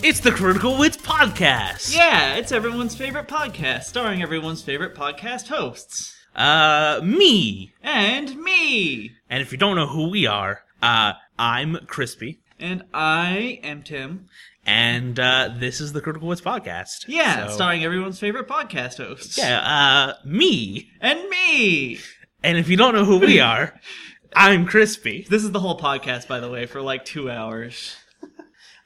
It's the Critical Wits Podcast. Yeah, it's everyone's favorite podcast, starring everyone's favorite podcast hosts. Uh, me. And me! And if you don't know who we are, uh, I'm Crispy, And I am Tim. and uh, this is the Critical Wits Podcast. Yeah, So- starring everyone's favorite podcast hosts. Yeah, uh, me. And me! And if you don't know who we are, I'm Crispy. This is the whole podcast, by the way, for like two hours.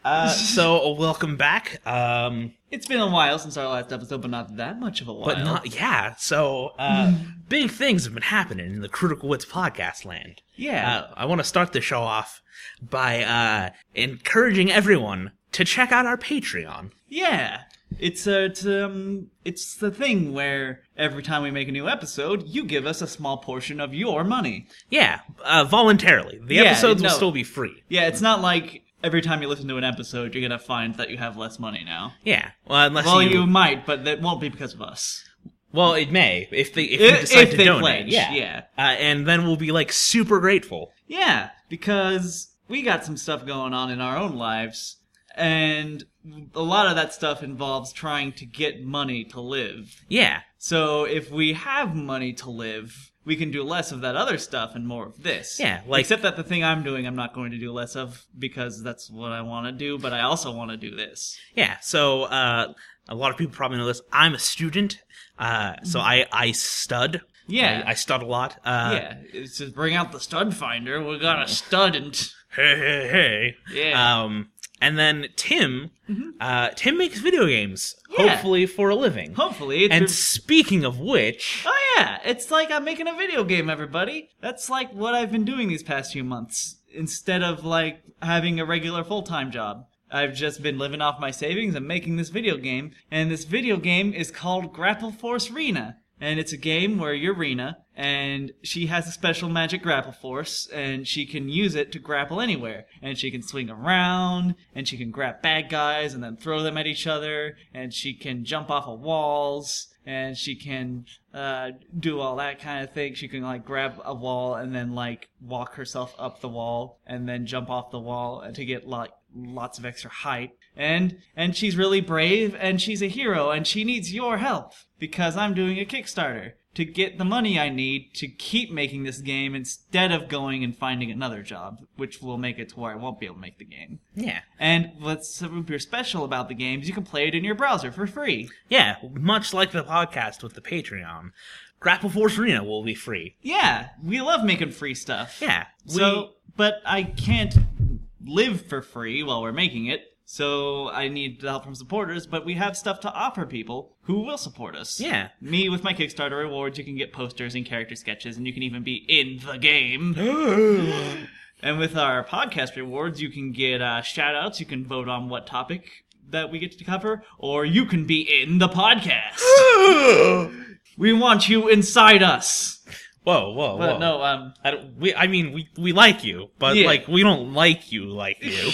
Uh, so welcome back. Um, It's been a while since our last episode, but not that much of a while. but not yeah. So uh, Hmm. big things have been happening in the Critical Wits Podcast land. Yeah. Uh, I want to start the show off by uh, encouraging everyone to check out our Patreon. Yeah. It's a, it's, um, it's the thing where every time we make a new episode, you give us a small portion of your money. Yeah, uh, voluntarily. The Yeah, episodes will no. still be free. Yeah, it's not like every time you listen to an episode, you're gonna find that you have less money now. Yeah, well, unless Well, you, you might, but that won't be because of us. Well, it may if they if, If- you decide if to they donate. pledge, yeah, yeah. Uh, and then we'll be like super grateful. Yeah, because we got some stuff going on in our own lives, and a lot of that stuff involves trying to get money to live. Yeah, So if we have money to live, we can do less of that other stuff and more of this. Yeah, like- except that the thing I'm doing, I'm not going to do less of because that's what I want to do. But I also want to do this. yeah. So uh, a lot of people probably know this. I'm a student, uh, so I I stud. Mm-hmm. Yeah. I, I stud a lot. Uh, yeah, it's just bring out the stud finder. We got a stud and Hey hey hey. Yeah. Mm-hmm. Um, and then Tim, uh, Tim makes video games, Yeah. hopefully for a living. hopefully it's And speaking of which, Oh yeah, it's like I'm making a video game, everybody. That's like what I've been doing these past few months. Instead of like having a regular full time job, I've just been living off my savings and making this video game. And this video game is called Grapple Force Rena, and it's a game where you're Rena, and she has a special magic grapple force, and she can use it to grapple anywhere. And she can swing around, and she can grab bad guys and then throw them at each other, and she can jump off of walls and she can uh, do all that kind of thing. She can like grab a wall and then like walk herself up the wall and then jump off the wall and to get like lots of extra height. And and she's really brave and she's a hero and she needs your help because I'm doing a Kickstarter to get the money I need to keep making this game instead of going and finding another job, which will make it to where I won't be able to make the game. yeah, And what's super special about the game is you can play it in your browser for free. yeah, much like the podcast with the Patreon, Grapple Force Arena will be free. Yeah, we love making free stuff. Yeah, we- So, but I can't live for free while we're making it. So I need the help from supporters, but we have stuff to offer people who will support us. Yeah. Me with my Kickstarter rewards, you can get posters and character sketches, and you can even be in the game. and with our podcast rewards, you can get uh, shout outs, you can vote on what topic that we get to cover, or you can be in the podcast. we want you inside us. Whoa, whoa, But whoa! no, um, I don't, we, I mean, we we like you, but Yeah. like we don't like you like you.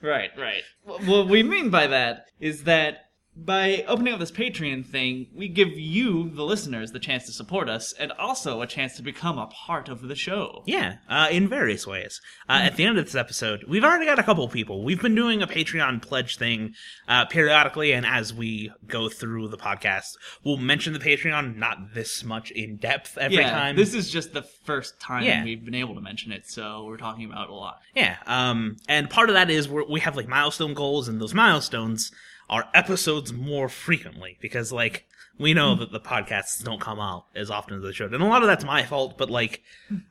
right, right. Wh- What we mean by that is that by opening up this Patreon thing, we give you, the listeners, the chance to support us and also a chance to become a part of the show. yeah, uh, in various ways. Uh, At the end of this episode, we've already got a couple people. We've been doing a Patreon pledge thing uh, periodically, and as we go through the podcast, we'll mention the Patreon, not this much in depth every yeah, time. this is just the first time Yeah. we've been able to mention it, so we're talking about it a lot. Yeah, um, and part of that is we're, we have like milestone goals, and those milestones are episodes more frequently because like we know Hmm. that the podcasts don't come out as often as they should, and a lot of that's my fault. But like,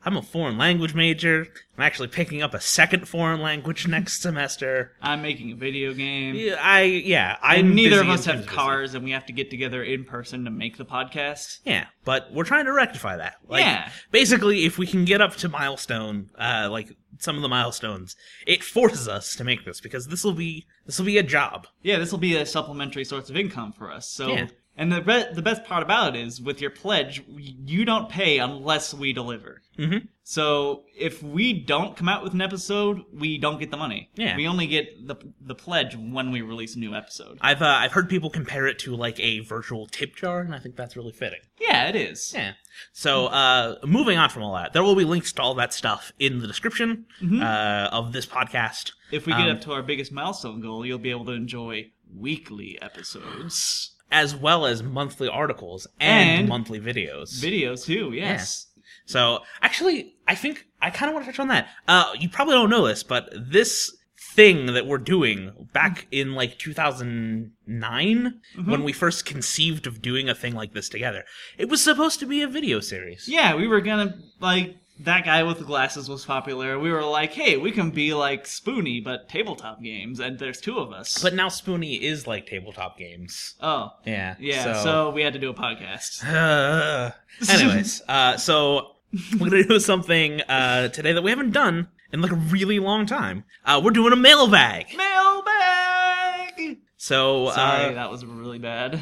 I'm a foreign language major. I'm actually picking up a second foreign language next semester. I'm making a video game. Yeah, I yeah, I And neither of us have cars, and we have to get together in person to make the podcast. Yeah, but we're trying to rectify that. Like, Yeah. Basically, if we can get up to milestone, uh, like some of the milestones, it forces us to make this because this will be this will be a job. Yeah, this will be a supplementary source of income for us. So, Yeah. and the be- the best part about it is, with your pledge, you don't pay unless we deliver. Mhm. So if we don't come out with an episode, we don't get the money. Yeah. We only get the the pledge when we release a new episode. I've uh, I've heard people compare it to like a virtual tip jar, and I think that's really fitting. Yeah, it is. Yeah. So, uh, moving on from all that, there will be links to all that stuff in the description Mm-hmm. uh, of this podcast. If we get Um, up to our biggest milestone goal, you'll be able to enjoy weekly episodes. as well as monthly articles and, And monthly videos. Videos too, yes. so actually, I think I kind of want to touch on that. Uh, you probably don't know this, but this thing that we're doing back Mm-hmm. in like 2009 when we first conceived of doing a thing like this together it was supposed to be a video series Yeah, we were gonna like that guy with the glasses was popular. We were like, hey, we can be like Spoony, but tabletop games, and there's two of us. but now spoony is like tabletop games oh, yeah yeah. So, we had to do a podcast. Uh, anyways, uh, so we're gonna do something uh, today that we haven't done in like a really long time. Uh, we're doing a mailbag. Mailbag. So Sorry, uh, that was really bad.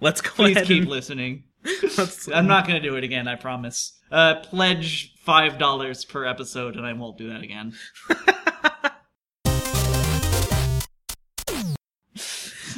let's go Please ahead. keep and- listening. let's- I'm not gonna do it again. I promise. Uh, pledge five dollars per episode, and I won't do that again.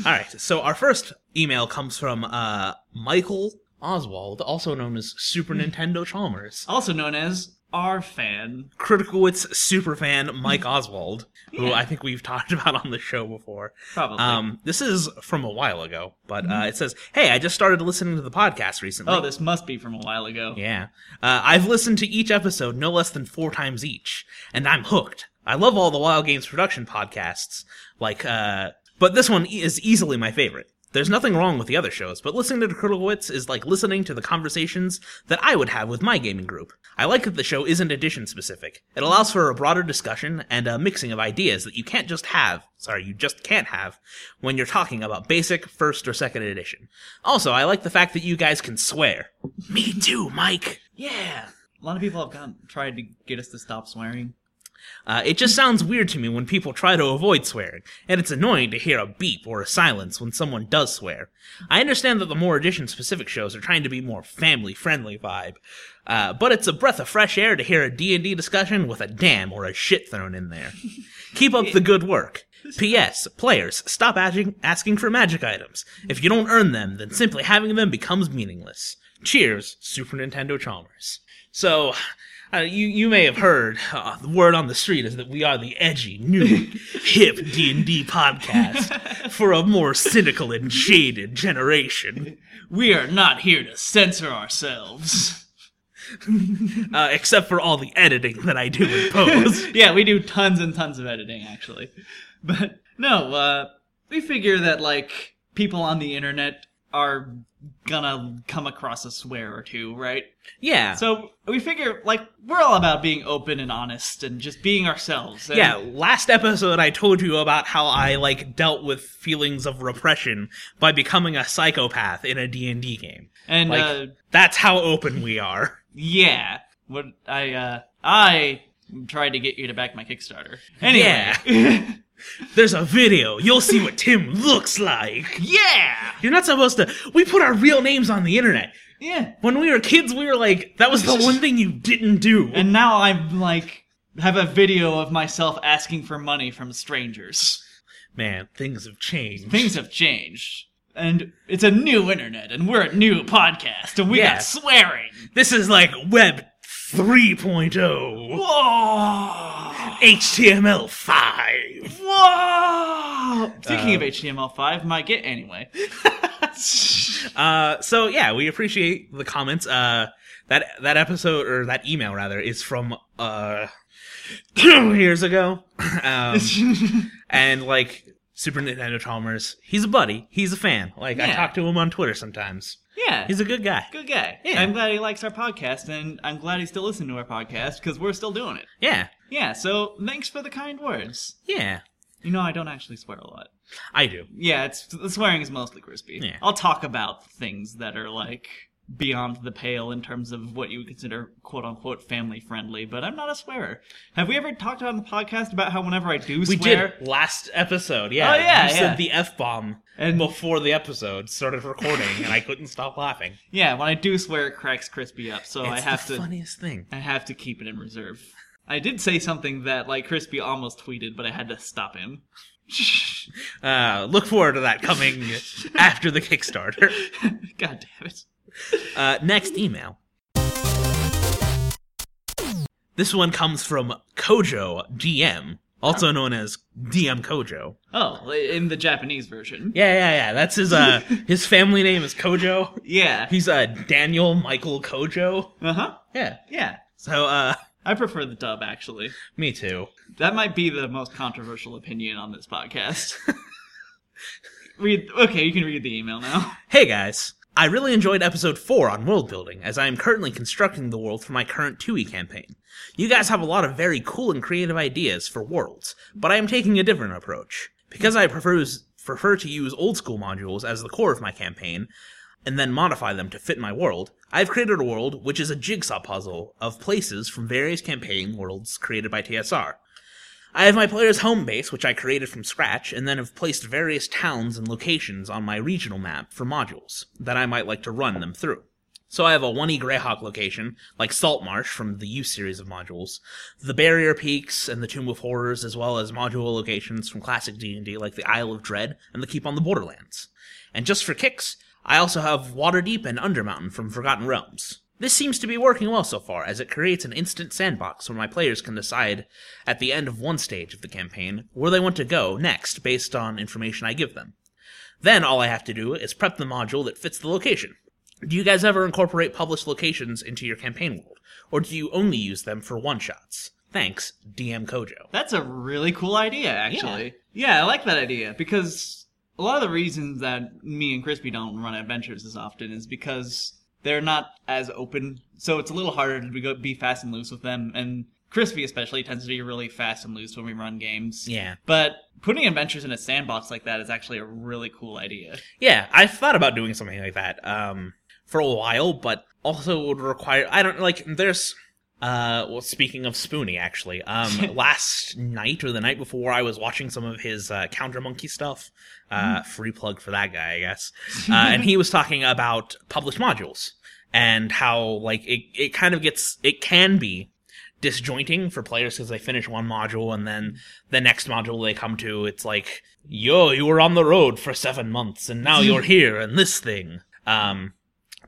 all right. So our first email comes from uh, Michael Oswald, also known as Super Nintendo Chalmers, Also known as our fan. Critical Wits superfan Mike Oswald, who Yeah. I think we've talked about on the show before. Probably. Um, this is from a while ago, but uh, it says, "Hey, I just started listening to the podcast recently. oh, this must be from a while ago. Yeah. Uh, I've listened to each episode no less than four times each, and I'm hooked. I love all the Wild Games production podcasts, like, uh, but this one e- is easily my favorite. There's nothing wrong with the other shows, but listening to Kurtlowitz is like listening to the conversations that I would have with my gaming group. I like that the show isn't edition specific. It allows for a broader discussion and a mixing of ideas that you can't just have, sorry, you just can't have when you're talking about basic, first, or second edition. Also, I like the fact that you guys can swear. Me too, Mike. Yeah. A lot of people have gotten, tried to get us to stop swearing. Uh, it just sounds weird to me when people try to avoid swearing, and it's annoying to hear a beep or a silence when someone does swear. I understand that the more edition specific shows are trying to be more family friendly vibe, uh, but it's a breath of fresh air to hear a D&D discussion with a damn or a shit thrown in there. Keep up the good work. P.S. Players, stop asking, asking for magic items. If you don't earn them, then simply having them becomes meaningless. Cheers, Super Nintendo Chalmers. So, uh, you you may have heard uh, the word on the street is that we are the edgy, new, hip D and D podcast for a more cynical and jaded generation. We are not here to censor ourselves. Uh, except for all the editing that I do in post. yeah, we do tons and tons of editing, actually. But no, uh, we figure that, like, people on the internet are gonna come across a swear or two, right? Yeah, So we figure, like, we're all about being open and honest and just being ourselves. And yeah. Last episode, I told you about how I like dealt with feelings of repression by becoming a psychopath in a D and D game. And, Like uh, that's how open we are. yeah. What I, uh, I tried to get you to back my Kickstarter. Anyway. There's a video. You'll see what Tim looks like. yeah! You're not supposed to. We put our real names on the internet. Yeah. When we were kids, we were like, that was the one thing you didn't do. And now I'm like have a video of myself asking for money from strangers. man, things have changed. Things have changed. And it's a new internet and we're a new podcast and we Yeah. got swearing. This is like Web oh. 3.0, Whoa! HTML5. Whoa! Speaking Uh, of HTML5, my get anyway. Uh, so yeah, we appreciate the comments. Uh, that that episode or that email rather is from uh two years ago. Um, and like Super Nintendo Chalmers, he's a buddy. He's a fan. Like I Yeah. talk to him on Twitter sometimes. yeah. He's a good guy. Good guy. Yeah. I'm glad he likes our podcast, and I'm glad he's still listening to our podcast because we're still doing it. Yeah, Yeah, so thanks for the kind words. yeah, You know, I don't actually swear a lot. I do. Yeah, it's the swearing is mostly crispy. Yeah. I'll talk about things that are like beyond the pale in terms of what you would consider quote unquote family friendly, but I'm not a swearer. Have we ever talked on the podcast about how whenever I do We swear did last episode. Yeah. Oh, yeah, You yeah. said the f bomb And- before the episode started recording, and I couldn't stop laughing. Yeah, when I do swear it cracks crispy up, so Oh, I It's have the to funniest thing. I have to keep it in reserve. I did say something that like Crispy almost tweeted, but I had to stop him. Uh, look forward to that coming after the Kickstarter. God damn it. Uh, next email. This one comes from Kojo DM, also known as DM Kojo. Oh, in the Japanese version. Yeah, yeah, yeah. That's his uh his family name is Kojo. Yeah. He's uh Daniel Michael Kojo. Uh huh. Yeah. Yeah. So uh I prefer the dub actually. me too. That might be the most controversial opinion on this podcast. read okay, you can read the email now. Hey guys. I really enjoyed episode 4 on world building as I am currently constructing the world for my current 2e campaign. You guys have a lot of very cool and creative ideas for worlds, but I am taking a different approach. Because I prefer prefer to use old school modules as the core of my campaign, and then modify them to fit my world, I've created a world which is a jigsaw puzzle of places from various campaign worlds created by TSR. I have my player's home base, which I created from scratch, and then have placed various towns and locations on my regional map for modules that I might like to run them through. So I have a 1E Greyhawk location, like Saltmarsh from the U series of modules, the Barrier Peaks and the Tomb of Horrors, as well as module locations from classic D&D like the Isle of Dread and the Keep on the Borderlands. And just for kicks, I also have Waterdeep and Undermountain from Forgotten Realms. This seems to be working well so far, as it creates an instant sandbox where my players can decide at the end of one stage of the campaign where they want to go next based on information I give them. Then all I have to do is prep the module that fits the location. Do you guys ever incorporate published locations into your campaign world, or do you only use them for one shots? Thanks, DM Kojo. That's a really cool idea, actually. Yeah. I like that idea because a lot of the reasons that me and Crispy don't run adventures as often is because they're not as open, so it's a little harder to go- be fast and loose with them. And Crispy, especially, tends to be really fast and loose when we run games. Yeah. But putting adventures in a sandbox like that is actually a really cool idea. Yeah, I've thought about doing something like that um, for a while, but also would require. I don't like. There's. Uh, well, speaking of Spoony, actually, um, last night or the night before, I was watching some of his uh, Counter Monkey stuff. Uh, Free plug for that guy, I guess. Uh, and he was talking about published modules and how like it it kind of gets it can be disjointing for players because they finish one module and then the next module they come to, it's like, yo, you were on the road for seven months and now you're here and this thing. Um,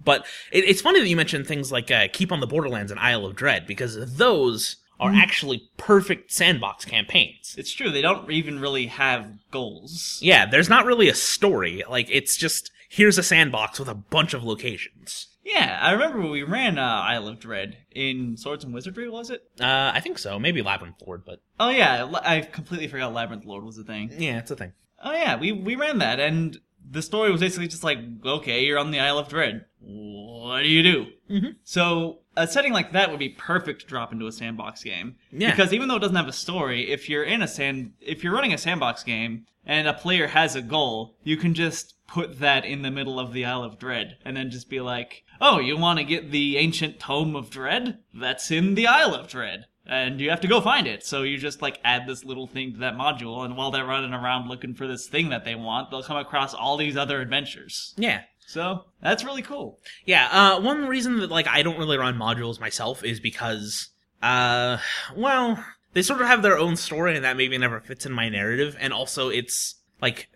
but it, it's funny that you mentioned things like uh, Keep on the Borderlands and Isle of Dread because those are actually perfect sandbox campaigns. It's true, they don't even really have goals. Yeah, there's not really a story. Like, it's just here's a sandbox with a bunch of locations. Yeah, I remember when we ran uh, Isle of Dread in Swords and Wizardry, was it? Uh, I think so. Maybe Labyrinth Lord, but Oh yeah, L- I completely forgot Labyrinth Lord was a thing. yeah, it's a thing. Oh yeah, we we ran that, and the story was basically just like, okay, you're on the Isle of Dread. What do you do? Mhm. So a setting like that would be perfect to drop into a sandbox game. Yeah. Because even though it doesn't have a story, if you're in a sand, if you're running a sandbox game and a player has a goal, you can just put that in the middle of the Isle of Dread, and then just be like, oh, you want to get the ancient Tome of Dread? That's in the Isle of Dread. And you have to go find it. So you just like add this little thing to that module, and while they're running around looking for this thing that they want, they'll come across all these other adventures. Yeah. So that's really cool. Yeah, uh, one reason that like I don't really run modules myself is because, uh, well, they sort of have their own story, and that maybe never fits in my narrative. And also, it's like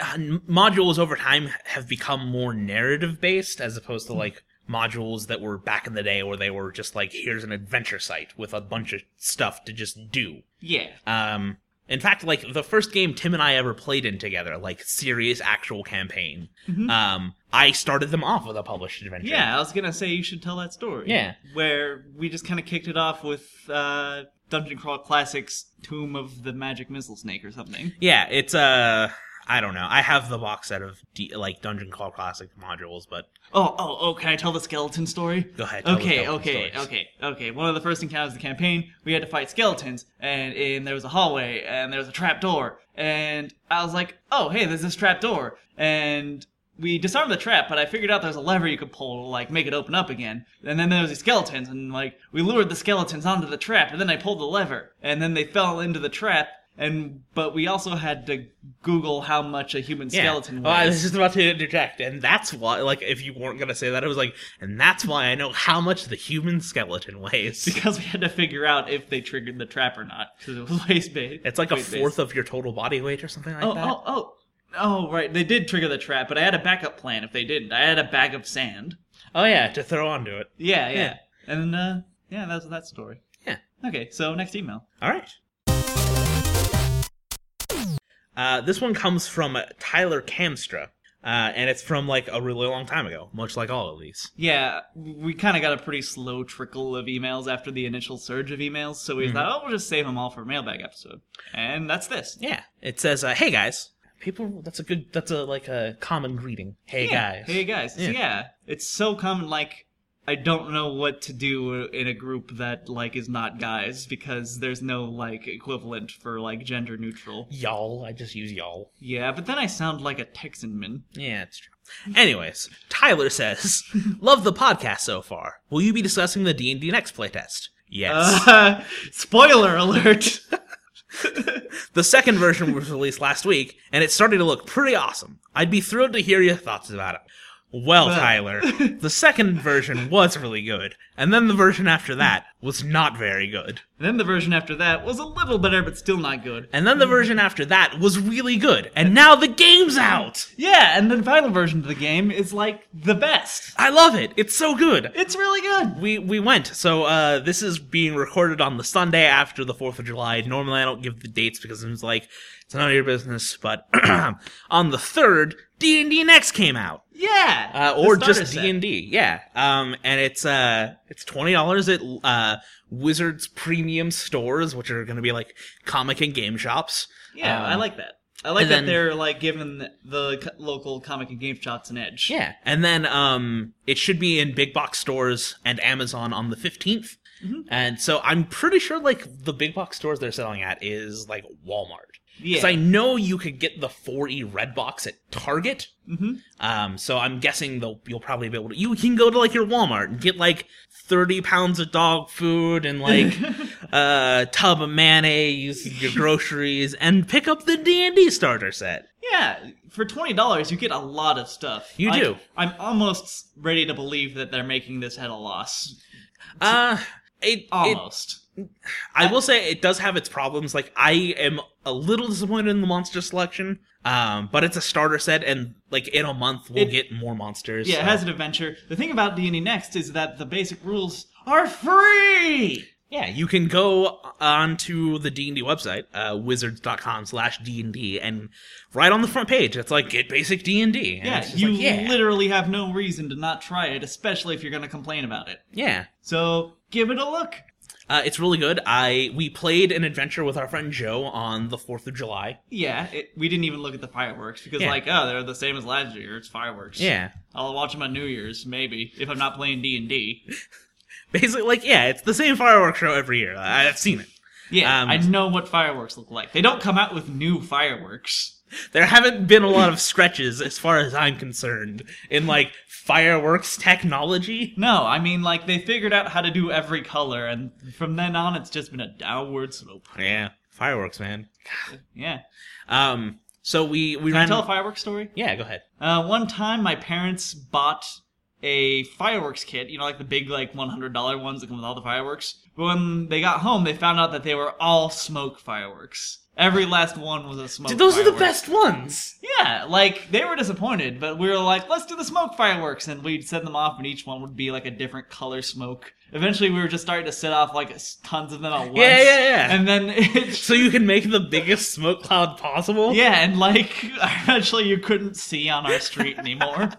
uh, modules over time have become more narrative based as opposed to like modules that were back in the day where they were just like here's an adventure site with a bunch of stuff to just do. Yeah. Um, in fact, like the first game Tim and I ever played in together, like serious actual campaign, Mhm. um, I started them off with a published adventure. Yeah, I was gonna say you should tell that story. Yeah. where we just kind of kicked it off with uh, Dungeon Crawl Classics Tomb of the Magic Missile Snake or something. yeah, it's Uh, I don't know. I have the box set of D- like Dungeon Call Classic modules, but Oh, oh, oh! Can I tell the skeleton story? go ahead. tell the Okay, skeleton okay, stories. okay, okay. One of the first encounters of the campaign, we had to fight skeletons, and, and there was a hallway, and there was a trap door, and I was like, oh, hey, there's this trap door, and we disarmed the trap, but I figured out there's a lever you could pull to like make it open up again. And then there was these skeletons, and like we lured the skeletons onto the trap, and then I pulled the lever, and then they fell into the trap. And but we also had to Google how much a human skeleton Well, Oh, I weighs. was just about to interject, and that's why. Like, if you weren't gonna say that, I was like, and that's why I know how much the human skeleton weighs. because we had to figure out if they triggered the trap or not because it was waste based. It's like a fourth of your total body weight or something like Oh, that. oh, oh, oh! Right, they did trigger the trap, but I had a backup plan. If they didn't, I had a bag of sand. Oh, yeah, to throw onto it. Yeah, yeah, Yeah. and uh, yeah, that's that story. Yeah. Okay, so next email. All right. Uh, this one comes from uh, Tyler Camstra, uh, and it's from like a really long time ago, much like all of these. Yeah, we kind of got a pretty slow trickle of emails after the initial surge of emails, so Mm-hmm. we thought, oh, we'll just save them all for a mailbag episode, and that's this. Yeah, it says, uh, "Hey guys, people." That's a good. That's a like a common greeting. Hey Yeah. guys. Hey guys. So, Yeah. yeah, it's so common. Like, I don't know what to do in a group that like is not guys because there's no like equivalent for like gender neutral. y'all. I just use y'all. Yeah, but then I sound like a Texan man. Yeah, it's true. Anyways, Tyler says, "Love the podcast so far. Will you be discussing the D and D next playtest?" Yes. Uh, spoiler alert. The second version was released last week, and it's starting to look pretty awesome. I'd be thrilled to hear your thoughts about it. Well, Well. Tyler, the second version was really good, and then the version after that was not very good. then the version after that was a little better, but still not good. And then the version after that was really good, and now the game's out! Yeah, and the final version of the game is like the best. I love it. It's so good. It's really good. We we went. So uh, this is being recorded on the Sunday after the Fourth of July. Normally I don't give the dates because it's like it's none of your business. But on the third, D and D Next came out. Yeah. uh, or the starter just set. D and D. Yeah, um, and it's uh, it's twenty dollars at uh, Wizards premium stores, which are going to be like comic and game shops. Yeah, Um, I like that. I like and that then- they're like giving the co- local comic and game shops an edge. Yeah, and then um, it should be in big box stores and Amazon on the 15th And so I'm pretty sure like the big box stores they're selling at is like Walmart. Because yeah. I know you could get the 4E red box at Target. Mhm. Um, so I'm guessing they'll, you'll probably be able to. You can go to like your Walmart and get like 30 pounds of dog food and like a tub of mayonnaise, your groceries, and pick up the D and D starter set. yeah. For twenty dollars, you get a lot of stuff. You I- do. I'm almost ready to believe that they're making this at a loss. Uh, it, it Almost. I will say it does have its problems. Like I am a little disappointed in the monster selection, um, but it's a starter set, and like in a month we'll It- get more monsters. yeah, so- it has an adventure. The thing about D&D Next is that the basic rules are free. Yeah, you can go onto the D&D website, uh, wizards.com slash D&D, and right on the front page, it's like, get basic D&D. And Yeah, it's just you like, yeah, literally have no reason to not try it, especially if you're going to complain about it. yeah. So give it a look. Uh, it's really good. I We played an adventure with our friend Joe on the 4th of July. Yeah, it, we didn't even look at the fireworks because, Yeah. like, oh, they're the same as last year. It's fireworks. Yeah. I'll watch them on New Year's maybe if I'm not playing D and D. Basically, like, yeah, it's the same fireworks show every year. I, I've seen it. Yeah, Um, I know what fireworks look like. They don't come out with new fireworks. There haven't been a lot of stretches, as far as I'm concerned, in, like, fireworks technology. No, I mean like they figured out how to do every color, and from then on, it's just been a downward slope. Yeah, fireworks, man. Yeah. Um, so we, we Can I ran... tell a fireworks story? yeah, go ahead. Uh, one time, my parents bought a fireworks kit. You know, like the big, like one hundred dollar ones that come with all the fireworks. But when they got home, they found out that they were all smoke fireworks. Every last one was a smoke. Dude, those are the firework. best ones! Yeah, like they were disappointed, but we were like, let's do the smoke fireworks, and we'd send them off, and each one would be like a different color smoke. Eventually, we were just starting to set off like s- tons of them at once. Yeah, yeah, yeah. And then it so you can make the biggest smoke cloud possible. Yeah, and like eventually you couldn't see on our street anymore.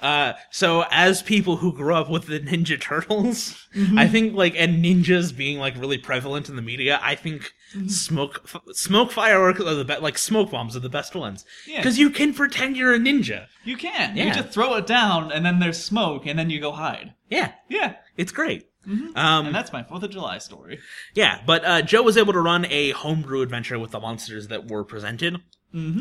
Uh, so as people who grew up with the Ninja Turtles, I think like and ninjas being like really prevalent in the media, I think smoke f- smoke fireworks are the best. Like smoke bombs are the best ones Yeah. because you can pretend you're a ninja. You can. You Yeah. just throw it down, and then there's smoke, and then you go hide. Yeah, Yeah. it's great. And Um, that's my Fourth of July story. yeah, but uh, Joe was able to run a homebrew adventure with the monsters that were presented.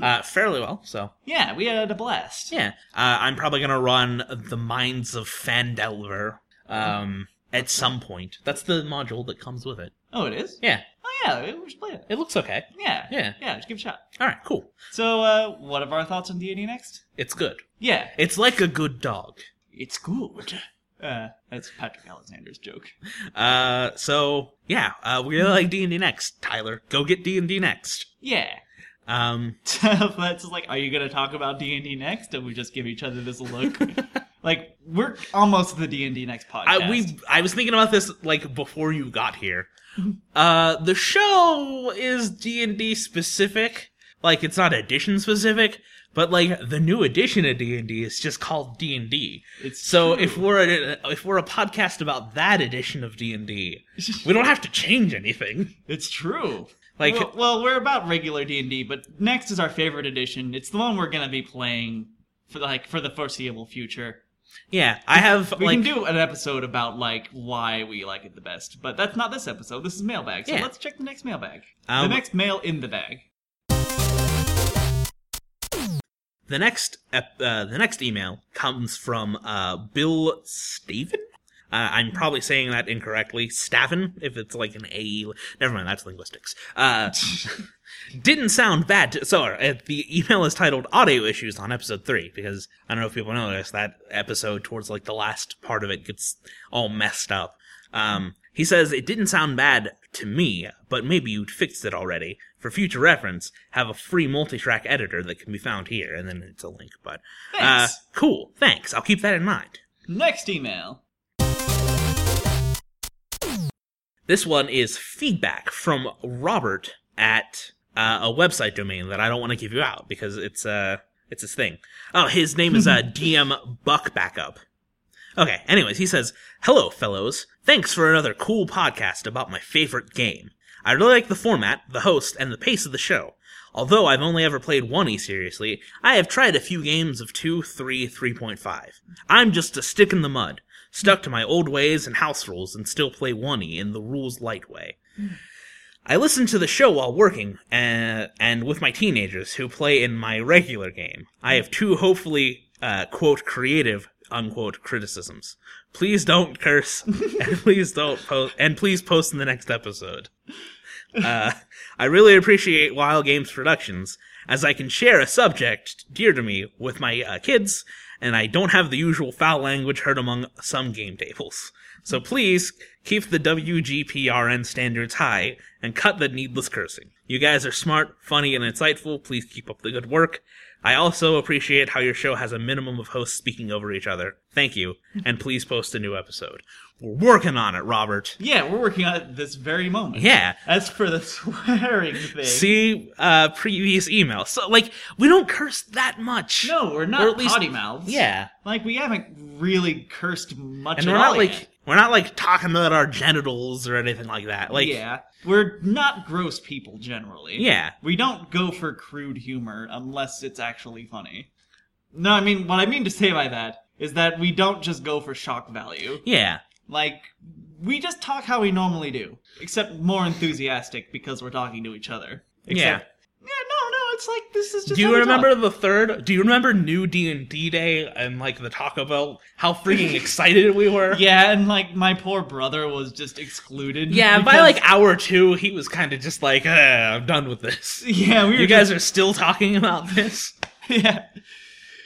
uh, fairly well. So Mm-hmm. Yeah, we had a blast. yeah, uh, I'm probably gonna run the Mines of Fandelver um, at some point. That's the module that comes with it. Oh, it is? Yeah, Oh, yeah, we should play it. it looks okay. Yeah. Yeah. Yeah, just give it a shot. All right, cool. So, uh, what are our thoughts on D&D next? It's good. Yeah. It's like a good dog. It's good. Uh, that's Patrick Alexander's joke. Uh, so yeah, uh, we really like D and D next. Tyler, go get D and D next. Yeah. Um, Fletz is like, are you gonna talk about D and D next? And we just give each other this look. like we're almost the D and D next podcast. I we I was thinking about this like before you got here. Uh, the show is D and D specific. Like it's not edition specific, but like the new edition of D and D is just called D and D. It's So true. if we're a, if we're a podcast about that edition of D and D, we don't have to change anything. it's true. Like- well, well, we're about regular D and D, but next is our favorite edition. It's the one we're gonna be playing for like for the foreseeable future. Yeah, I have We like can do an episode about like why we like it the best, but that's not this episode. This is mailbag. So Yeah. let's check the next mailbag. Um, the next mail in the bag. The next ep- uh, the next email comes from uh, Bill Staven. Uh, I'm probably saying that incorrectly. Staven, if it's like an A. Never mind, that's linguistics. Uh, didn't sound bad. To- so uh, the email is titled "Audio Issues" on episode three because I don't know if people noticed that episode towards like the last part of it gets all messed up. Um, he says it didn't sound bad to me, but maybe you'd fixed it already. For future reference, have a free multi-track editor that can be found here, and then it's a link. But uh, Thanks. cool, thanks. I'll keep that in mind. Next email. This one is feedback from Robert at uh, a website domain that I don't want to give you out because it's uh it's his thing. Oh, his name is uh, DM Buck Backup. Okay. Anyways, he says, "Hello, fellows. Thanks for another cool podcast about my favorite game. I really like the format, the host, and the pace of the show. Although I've only ever played one E seriously, I have tried a few games of 2, 3, 3.5. I'm just a stick in the mud, stuck to my old ways and house rules, and still play 1E in the rules light way. I listen to the show while working uh, and with my teenagers who play in my regular game. I have two hopefully, uh, quote, creative, unquote, criticisms. Please don't curse, and please don't post, and please post in the next episode. Uh, I really appreciate Wild Games Productions, as I can share a subject dear to me with my uh, kids, and I don't have the usual foul language heard among some game tables. So please keep the WGPRN standards high and cut the needless cursing. You guys are smart, funny, and insightful. Please keep up the good work. I also appreciate how your show has a minimum of hosts speaking over each other. Thank you, and please post a new episode. We're working on it, Robert. Yeah, we're working on it this very moment. Yeah, As for the swearing thing, see uh previous email so like we don't curse that much no, we're Or not at least- potty mouths. yeah like we haven't really cursed much. and at we're not all like yet. we're not like talking about our genitals or anything like that like yeah, we're not gross people generally. yeah we don't go for crude humor unless it's actually funny. No, I mean what I mean to say by that is that we don't just go for shock value. yeah Like we just talk how we normally do, except more enthusiastic because we're talking to each other. Except, yeah. No, no, it's like this is just. do how you we talk. remember the third do you remember new d&d day and like the taco bell how freaking excited we were Yeah, and like my poor brother was just excluded. yeah by because- like hour two he was kind of just like "Ugh, i'm done with this yeah, we were you guys are still talking about this just- yeah.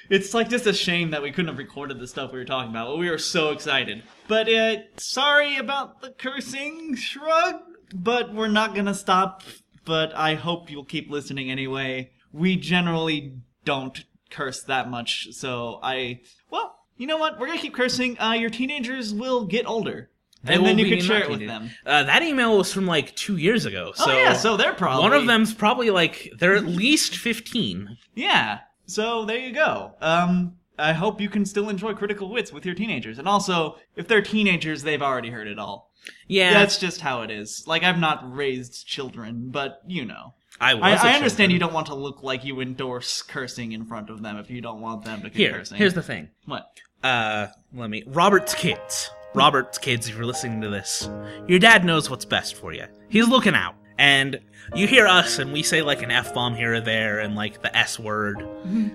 It's like just a shame that we couldn't have recorded the stuff we were talking about. We were so excited. But uh, sorry about the cursing, shrug. But we're not gonna stop. But I hope you'll keep listening anyway. We generally don't curse that much, so I well, you know what? We're gonna keep cursing. Uh, your teenagers will get older, They and then will you be can share it inoculated. with them. uh, that email was from like two years ago so oh yeah, so they're probably One of them's probably like they're at least fifteen. Yeah. So there you go. Um, I hope you can still enjoy Critical Wits with your teenagers. And also, if they're teenagers, they've already heard it all. Yeah, That's just how it is. Like, I've not raised children, but you know. I was. I, a I children. understand you don't want to look like you endorse cursing in front of them if you don't want them to keep Here, cursing. here's the thing. what? Uh, let me. Robert's kids. Robert's kids. If you're listening to this, your dad knows what's best for you. He's looking out, And you hear us, and we say like an f bomb here or there, and like the s word. Mm-hmm.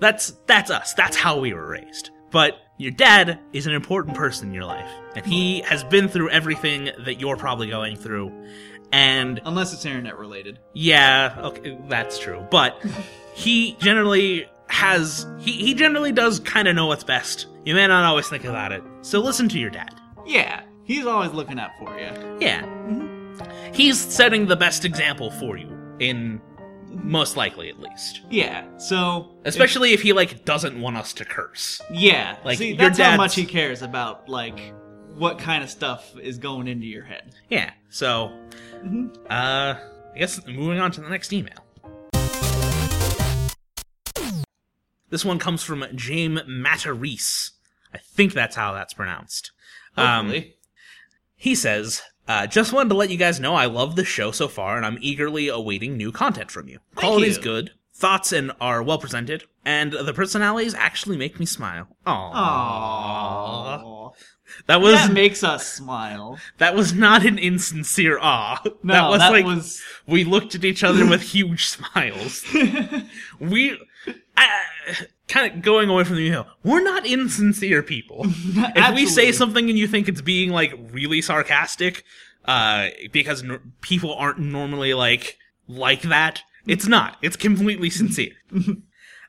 That's that's us. That's how we were raised. But your dad is an important person in your life, and he has been through everything that you're probably going through. And Unless it's internet related. yeah, okay, that's true. But he generally has he, he generally does kind of know what's best. You may not always think about it. So listen to your dad. Yeah, he's always looking out for you. Yeah. He's setting the best example for you in most likely at least. Yeah, so Especially if he like doesn't want us to curse. yeah, Like, see, your that's how dad's- much he cares about like what kind of stuff is going into your head. Yeah. So Mm-hmm. uh I guess moving on to the next email. This one comes from James Matarese. I think that's how that's pronounced. Um, Hopefully. He says, uh, just wanted to let you guys know I love the show so far and I'm eagerly awaiting new content from you. Quality's you. good, thoughts and are well presented, and the personalities actually make me smile. Aww. Aww. That was That makes us smile. that was not an insincere aw. No, that was that like was we looked at each other with huge smiles. we I, kind of going away from the email. We're not insincere people. if we Absolutely. say something and you think it's being like really sarcastic, uh, because n- people aren't normally like like that, it's not. It's completely sincere.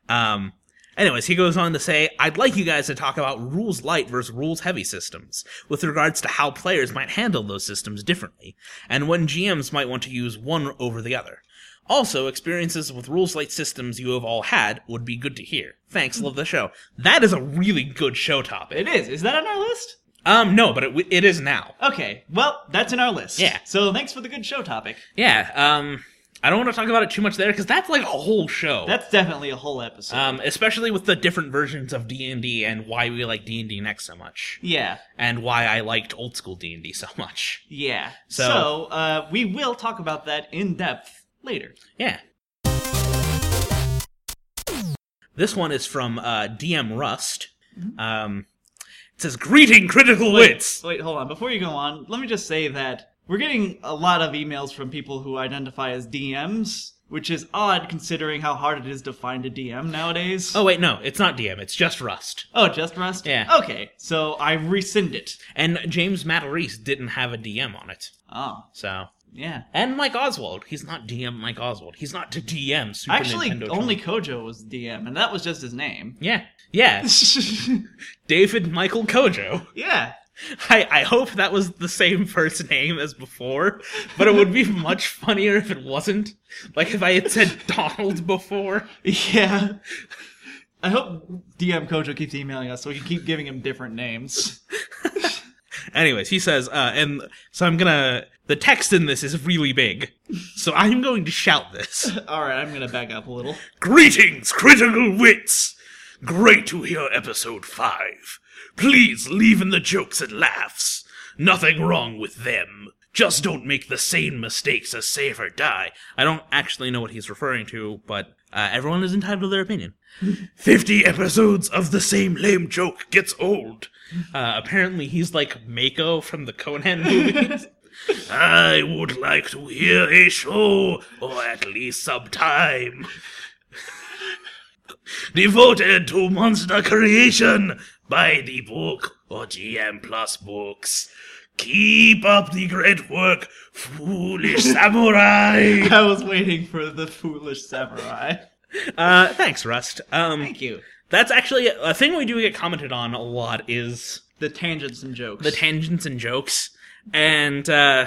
um. Anyways, he goes on to say, I'd like you guys to talk about rules light versus rules heavy systems, with regards to how players might handle those systems differently, and when GMs might want to use one over the other. Also, experiences with rules light systems you have all had would be good to hear. Thanks, love the show. That is a really good show topic. It is. Is that on our list? Um, no, but it, w- it is now. Okay. Well, that's in our list. Yeah. So thanks for the good show topic. Yeah, um, I don't want to talk about it too much there because that's like a whole show. That's definitely a whole episode. um, especially with the different versions of D and D and why we like D and D next so much, yeah. and why I liked old school D and D so much. Yeah. So, So- uh, we will talk about that in depth later. Yeah. This one is from uh, DM Rust. Um, it says, "Greeting, critical wits." Mm-hmm. Wait, hold on. Before you go on, let me just say that we're getting a lot of emails from people who identify as DMs, which is odd considering how hard it is to find a DM nowadays. Oh wait, no, it's not DM. It's just Rust. Oh, just Rust? Yeah. Okay. So I rescind it. And James Matarese didn't have a DM on it, Oh, so yeah. And Mike Oswald. He's not DM Mike Oswald. He's not to DM Super Actually, Nintendo. only Johnny. Kojo was DM, and that was just his name. Yeah. Yeah. David Michael Kojo. yeah. I, I hope that was the same first name as before, but it would be much funnier if it wasn't. Like if I had said Donald before. Yeah. I hope DM Kojo keeps emailing us so we can keep giving him different names. Anyways, he says, uh, and so I'm gonna. The text in this is really big, so I'm going to shout this. All right, I'm gonna back up a little. Greetings, critical wits! Great to hear episode 5. Please leave in the jokes and laughs. Nothing wrong with them. Just don't make the same mistakes as Save or Die. I don't actually know what he's referring to, but uh, everyone is entitled to their opinion. 50 episodes of the same lame joke gets old. Uh, apparently, he's like Mako from the Conan movies. I would like to hear a show, or at least some time, devoted to monster creation by the book or GM Plus books. Keep up the great work, foolish samurai. I was waiting for the foolish samurai. Uh, thanks, Rust. Um, Thank you. that's actually a thing we do get commented on a lot is The tangents and jokes. the tangents and jokes, and uh,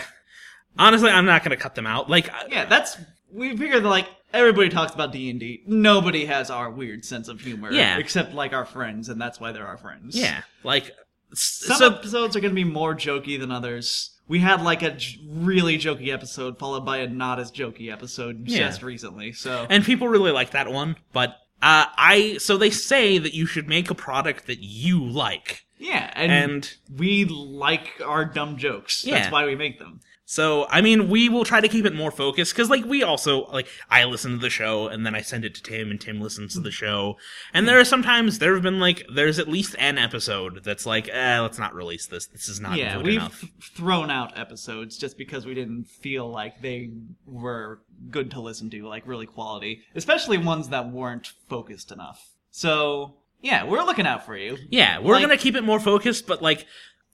honestly, I'm not gonna cut them out. Like, uh, yeah, that's we figure that like everybody talks about D and D. Nobody has our weird sense of humor. Yeah. Except like our friends, and that's why they're our friends. Yeah, like s- Some so. episodes are going to be more jokey than others. We had like a j- really jokey episode followed by a not as jokey episode Yeah. just recently. So and people really like that one, but uh, I so they say that you should make a product that you like, yeah, and, and we like our dumb jokes. Yeah. That's why we make them. So, I mean, we will try to keep it more focused because, like, we also, like, I listen to the show and then I send it to Tim and Tim listens to the show. And there are sometimes, there have been, like, there's at least an episode that's like, eh, let's not release this. This is not yeah, good we've enough. th- thrown out episodes just because we didn't feel like they were good to listen to, like really quality, especially ones that weren't focused enough. So, yeah, we're looking out for you. Yeah, we're Like- gonna keep it more focused, but, like,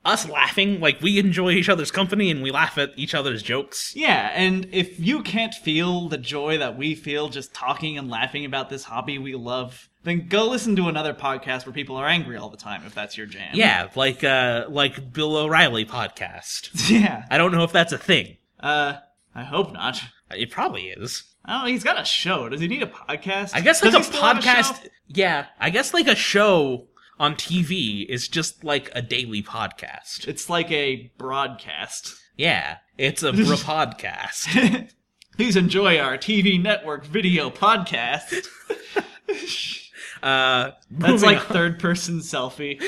us laughing, like, we enjoy each other's company and we laugh at each other's jokes. Yeah, and if you can't feel the joy that we feel just talking and laughing about this hobby we love, then go listen to another podcast where people are angry all the time if that's your jam. Yeah, like, uh, like Bill O'Reilly podcast. Yeah. I don't know if that's a thing. Uh, I hope not. It probably is. Oh, he's got a show. Does he need a podcast? I guess like Does a he still have a podcast. show? yeah, I guess like a show on TV is just like a daily podcast. It's like a broadcast. Yeah, it's a bra podcast. Please enjoy our TV network video podcast. Uh, That's moving like on. third person selfie.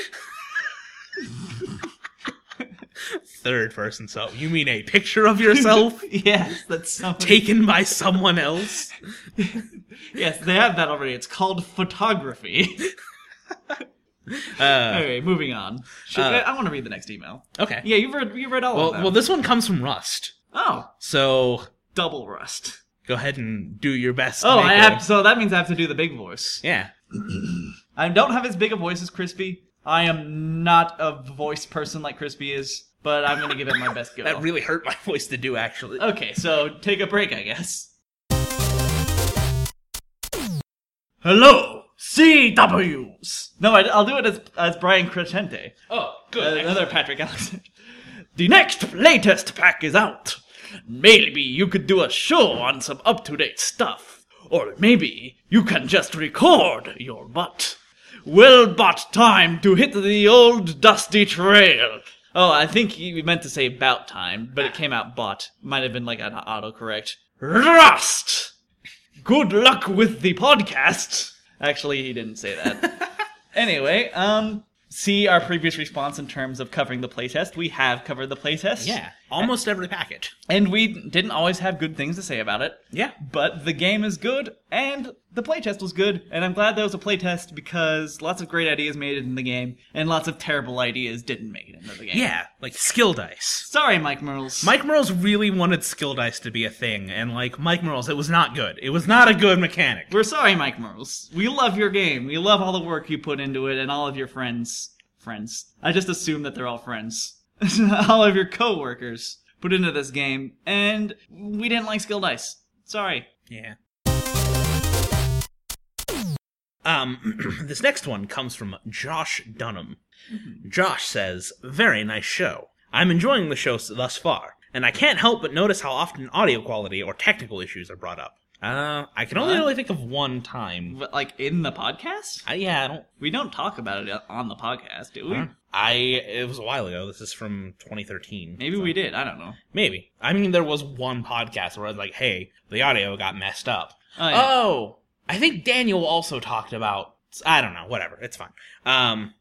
third person. So you mean a picture of yourself Yes, that's something. taken by someone else? yes, they have that already. It's called photography. Uh, okay, moving on. Should, Uh, I want to read the next email. okay. Yeah, you've read you read all Well, of them. well, this one comes from Rust. oh, So double rust. go ahead and do your best. to Oh, make I it. have, so that means I have to do the big voice. Yeah. I don't have as big a voice as Crispy. I am not a voice person like Crispy is, but I'm gonna give it my best go. That really hurt my voice to do, actually. Okay, so take a break, I guess. Hello, CWs. No, I, will do it as as Brian Crescente, Oh, uh, good. another Patrick Alexander. The next latest pack is out. Maybe you could do a show on some up to date stuff, or maybe you can just record your butt. Well, bought time to hit the old dusty trail. Oh, I think you meant to say about time, but it came out bot. Might have been like an autocorrect. Rust! Good luck with the podcast! Actually, he didn't say that. anyway, um, see our previous response in terms of covering the playtest. We have covered the playtest. yeah, almost every package. And we didn't always have good things to say about it. Yeah. But the game is good, and the playtest was good, and I'm glad there was a playtest because lots of great ideas made it in the game, and lots of terrible ideas didn't make it into the game. Yeah, like skill dice. Sorry, Mike Merles. Mike Merles really wanted skill dice to be a thing, and like Mike Merles, it was not good. It was not a good mechanic. We're sorry, Mike Merles. We love your game. We love all the work you put into it, and all of your friends. Friends. I just assume that they're all friends. all of your coworkers put into this game, and we didn't like skill dice. Sorry. Yeah. Um, this next one comes from Josh Dunham. Josh says, "Very nice show. I'm enjoying the show thus far, and I can't help but notice how often audio quality or technical issues are brought up. Uh, I can only What? really think of one time. But, like, in the podcast? I, Uh, yeah, I don't. We don't talk about it on the podcast, do we? I it was a while ago. This is from 2013. Maybe so- we did. I don't know. Maybe. I mean, there was one podcast where I was like, hey, the audio got messed up. Oh, yeah. Oh, I think Daniel also talked about. I don't know. Whatever. It's fine. Um,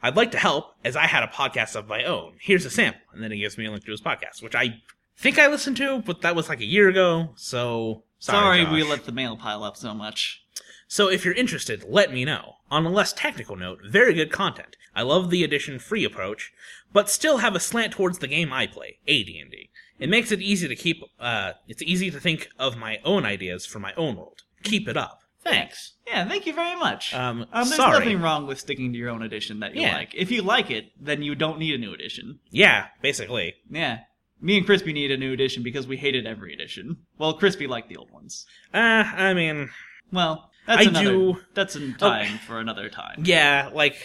I'd like to help as I had a podcast of my own. Here's a sample, and then he gives me a link to his podcast, which I think I listened to, but that was like a year ago. So sorry sorry, we Josh. let the mail pile up so much. So if you're interested, let me know. On a less technical note, very good content. I love the edition free approach, but still have a slant towards the game I play, AD&D. It makes it easy to keep. Uh, it's easy to think of my own ideas for my own world. Keep it up. Thanks. Yeah, thank you very much. Um, um, there's sorry. nothing wrong with sticking to your own edition that you Yeah. like. If you like it, then you don't need a new edition. Yeah, basically. Yeah. Me and Crispy need a new edition because we hated every edition. Well, Crispy liked the old ones. Uh, I mean, Well, that's I another do- that's a time for another time. yeah, like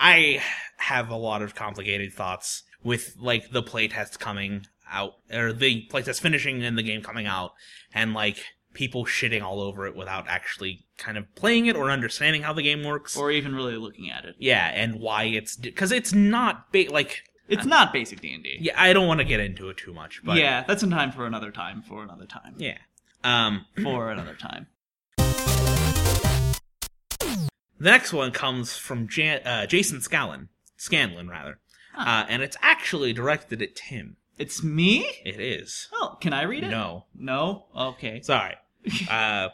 I have a lot of complicated thoughts with like the playtest coming out or the playtest finishing and the game coming out and like people shitting all over it without actually kind of playing it or understanding how the game works. Or even really looking at it. yeah, and why it's cuz it's not ba- like It's not basic D&D. yeah, I don't want to get into it too much, but yeah, that's a time for another time for another time. Yeah. Um For another time. The next one comes from Jan- uh, Jason Scanlon, Scanlon rather, Huh. uh, and it's actually directed at Tim. It's me? It is. Oh, can I read it? No. No? Okay. Sorry. Uh,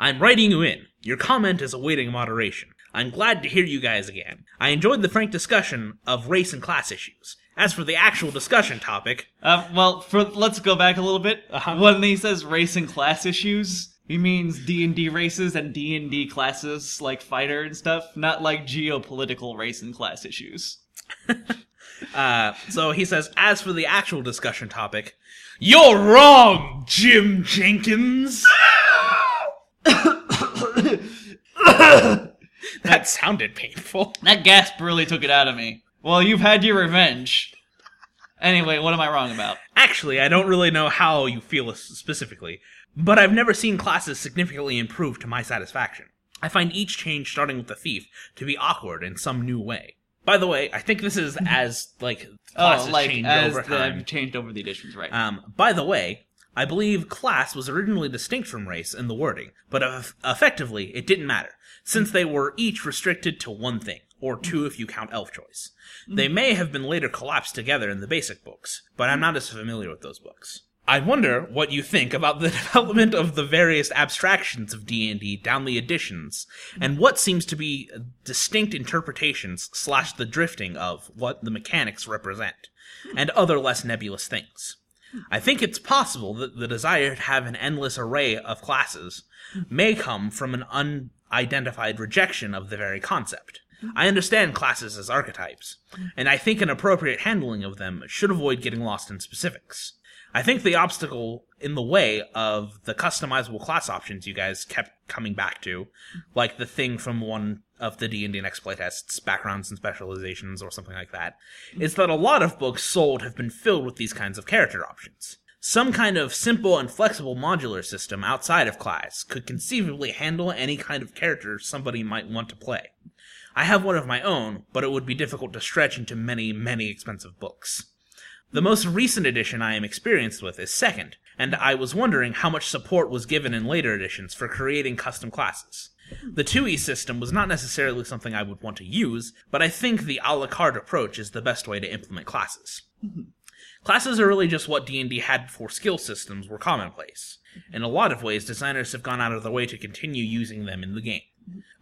I'm writing you in. Your comment is awaiting moderation. I'm glad to hear you guys again. I enjoyed the frank discussion of race and class issues. As for the actual discussion topic, Uh, well, for, let's go back a little bit. Uh-huh. When he says race and class issues, he means D and D races and D and D classes, like fighter and stuff, not like geopolitical race and class issues. uh, so he says, as for the actual discussion topic, you're wrong, Jim Jenkins. that sounded painful. That gasp really took it out of me. Well, you've had your revenge. Anyway, what am I wrong about? Actually, I don't really know how you feel s- specifically, but I've never seen classes significantly improve to my satisfaction. I find each change, starting with the thief, to be awkward in some new way. By the way, I think this is as like classes oh, like change as over the- time. changed over the editions, right? Um, by the way, I believe class was originally distinct from race in the wording, but eff- effectively it didn't matter, since they were each restricted to one thing, or two if you count elf choice. They may have been later collapsed together in the basic books, but I'm not as familiar with those books. I wonder what you think about the development of the various abstractions of D&D down the editions, and what seems to be distinct interpretations slash the drifting of what the mechanics represent, and other less nebulous things. I think it's possible that the desire to have an endless array of classes may come from an unidentified rejection of the very concept. I understand classes as archetypes, and I think an appropriate handling of them should avoid getting lost in specifics. I think the obstacle in the way of the customizable class options you guys kept coming back to, like the thing from one of the D&D next playtests, backgrounds and specializations or something like that, is that a lot of books sold have been filled with these kinds of character options. Some kind of simple and flexible modular system outside of class could conceivably handle any kind of character somebody might want to play. I have one of my own, but it would be difficult to stretch into many, many expensive books. The most recent edition I am experienced with is second, and I was wondering how much support was given in later editions for creating custom classes. The 2e system was not necessarily something I would want to use, but I think the a la carte approach is the best way to implement classes. Classes are really just what D&D had before skill systems were commonplace. In a lot of ways, designers have gone out of their way to continue using them in the game.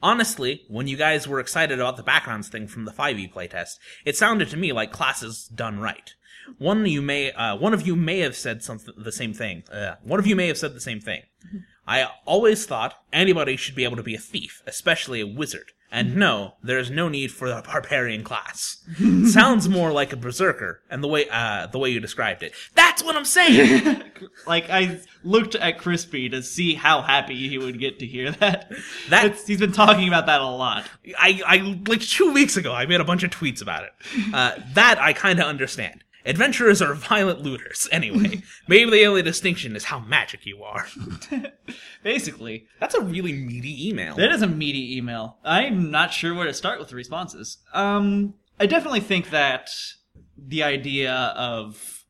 Honestly, when you guys were excited about the backgrounds thing from the 5e playtest, it sounded to me like classes done right. One you may, uh, one of you may have said something, the same thing. Uh, one of you may have said the same thing. I always thought anybody should be able to be a thief, especially a wizard. And no, there is no need for a barbarian class. Sounds more like a berserker, and the way uh, the way you described it. That's what I'm saying. like I looked at Crispy to see how happy he would get to hear that. That- It's- he's been talking about that a lot. I, I like two weeks ago, I made a bunch of tweets about it. Uh, that I kind of understand. Adventurers are violent looters, anyway. Maybe the only distinction is how magic you are. Basically, That's a really meaty email. that is a meaty email. I'm not sure where to start with the responses. Um, I definitely think that the idea of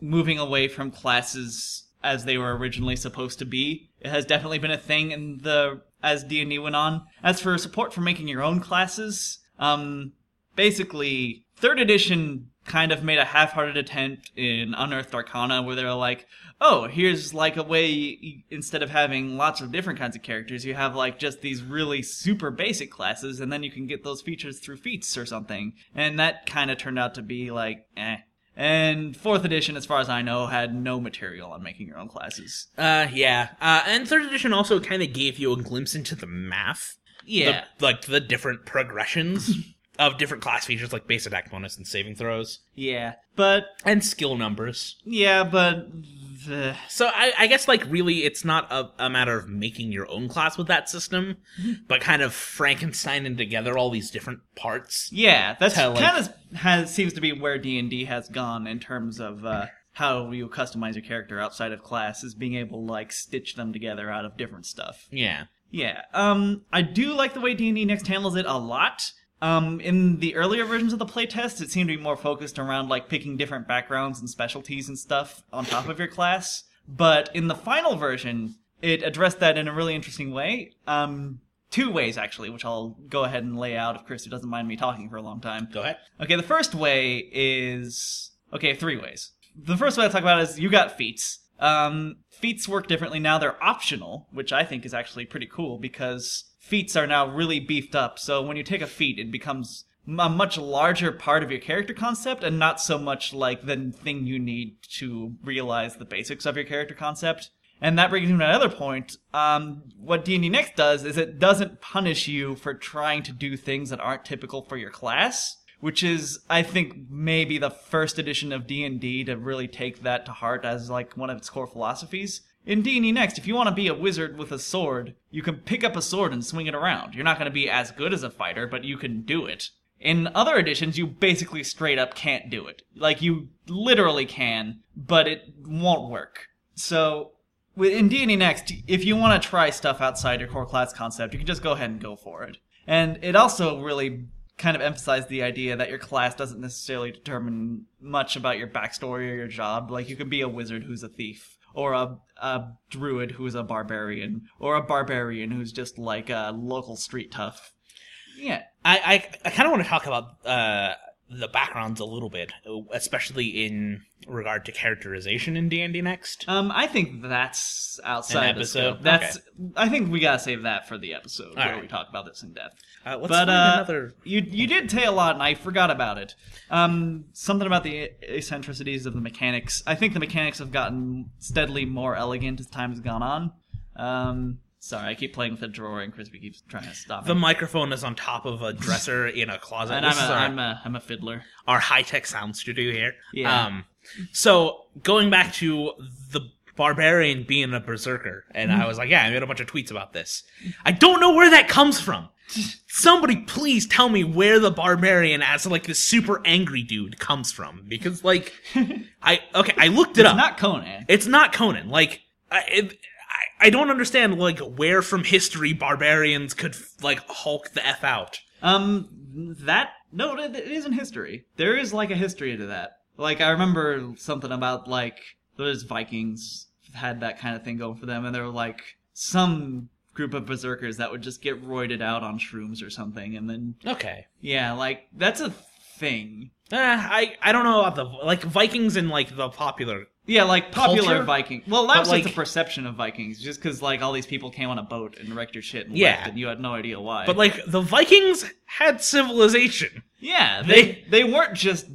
moving away from classes as they were originally supposed to be it has definitely been a thing in the as d&d went on as for support for making your own classes um basically third edition kind of made a half-hearted attempt in unearthed arcana where they were like oh here's like a way y- instead of having lots of different kinds of characters you have like just these really super basic classes and then you can get those features through feats or something and that kind of turned out to be like eh and fourth edition, as far as I know, had no material on making your own classes. Uh, yeah. Uh, and third edition also kind of gave you a glimpse into the math. Yeah. The, like the different progressions of different class features, like base attack bonus and saving throws, Yeah, but and skill numbers. yeah, but the, So I, I guess like really, it's not a, a matter of making your own class with that system, but kind of Frankensteining together all these different parts. yeah, that's Kinda like- kind of has seems to be where D and D has gone in terms of uh, how you customize your character outside of class is being able to like stitch them together out of different stuff. Yeah. Yeah, um, I do like the way D and D Next handles it a lot. Um, in the earlier versions of the playtest, it seemed to be more focused around like picking different backgrounds and specialties and stuff on top of your class. But in the final version, it addressed that in a really interesting way. Um, two ways actually, which I'll go ahead and lay out if Chris doesn't mind me talking for a long time. Go ahead. Okay, the first way is okay, three ways. the first one I talk about is you got feats. Um, feats work differently now; they're optional, which I think is actually pretty cool because feats are now really beefed up. So when you take a feat, it becomes a much larger part of your character concept and not so much like the thing you need to realize the basics of your character concept. And that brings me to another point. Um, what D&D Next does is it doesn't punish you for trying to do things that aren't typical for your class, which is, I think, maybe the first edition of D&D to really take that to heart as like one of its core philosophies. In D&D Next, if you want to be a wizard with a sword, you can pick up a sword and swing it around. You're not going to be as good as a fighter, but you can do it. In other editions, you basically straight up can't do it. Like you literally can, but it won't work. So with- in D&D Next, if you want to try stuff outside your core class concept, you can just go ahead and go for it. And it also really kind of emphasized the idea that your class doesn't necessarily determine much about your backstory or your job. Like you can be a wizard who's a thief, or a, a druid who's a barbarian, or a barbarian who's just like a local street tough. Yeah. I I, I kind of want to talk about uh, the backgrounds a little bit, especially in regard to characterization in D and D next. Um, I think that's outside An the episode? scope. That's. I think we gotta save that for the episode where right. we talk about this in depth. Uh, let's but, find uh, another. You you did say a lot, and I forgot about it. Um, something about the eccentricities of the mechanics. I think the mechanics have gotten steadily more elegant as time has gone on. Um, sorry, I keep playing with the drawer, and Crispy keeps trying to stop The me. microphone is on top of a dresser in a closet. And This I'm is a, our- I'm a I'm a fiddler. our high tech sound studio here. Yeah. Um, so going back to the barbarian being a berserker, and Mm-hmm. I was like, yeah, I made a bunch of tweets about this. I don't know where that comes from. Somebody please tell me where the barbarian as like the super angry dude comes from because like I okay I looked it It's up. not Conan. It's not Conan. Like I, it, I I don't understand like where from history barbarians could like Hulk the f out. Um, that no, it it isn't history. There is like a history to that. Like I remember something about like those Vikings had that kind of thing going for them, and there were like some group of berserkers that would just get roided out on shrooms or something, and then Okay. yeah, like that's a thing. Eh, I I don't know about the like Vikings and like the popular. Yeah, like popular Culture? Viking. Well, that was like- just the perception of Vikings, just because like all these people came on a boat and wrecked your shit and Yeah. left, and you had no idea why. But like the Vikings had civilization. yeah, they they weren't just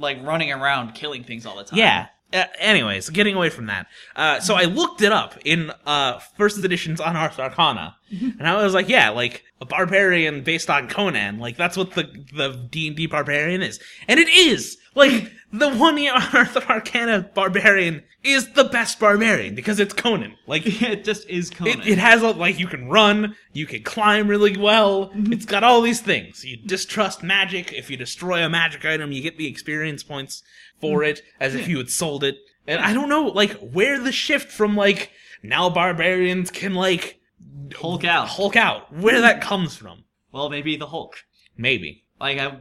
like running around killing things all the time. Uh, anyways, getting away from that. Uh, so I looked it up in uh, first edition's on Ars Arcana, and I was like, yeah, like a barbarian based on Conan. Like that's what the the D and D barbarian is, and it is like the one year on Ars Arcana barbarian is the best barbarian because it's Conan. Like it just is Conan. It, it has a, like you can run, you can climb really well. It's got all these things. You distrust magic. If you destroy a magic item, you get the experience points for it, as if you had sold it. And I don't know, like where the shift from like now barbarians can like uh, Hulk out. Hulk out, where that comes from? Well, maybe the Hulk. Maybe Like I,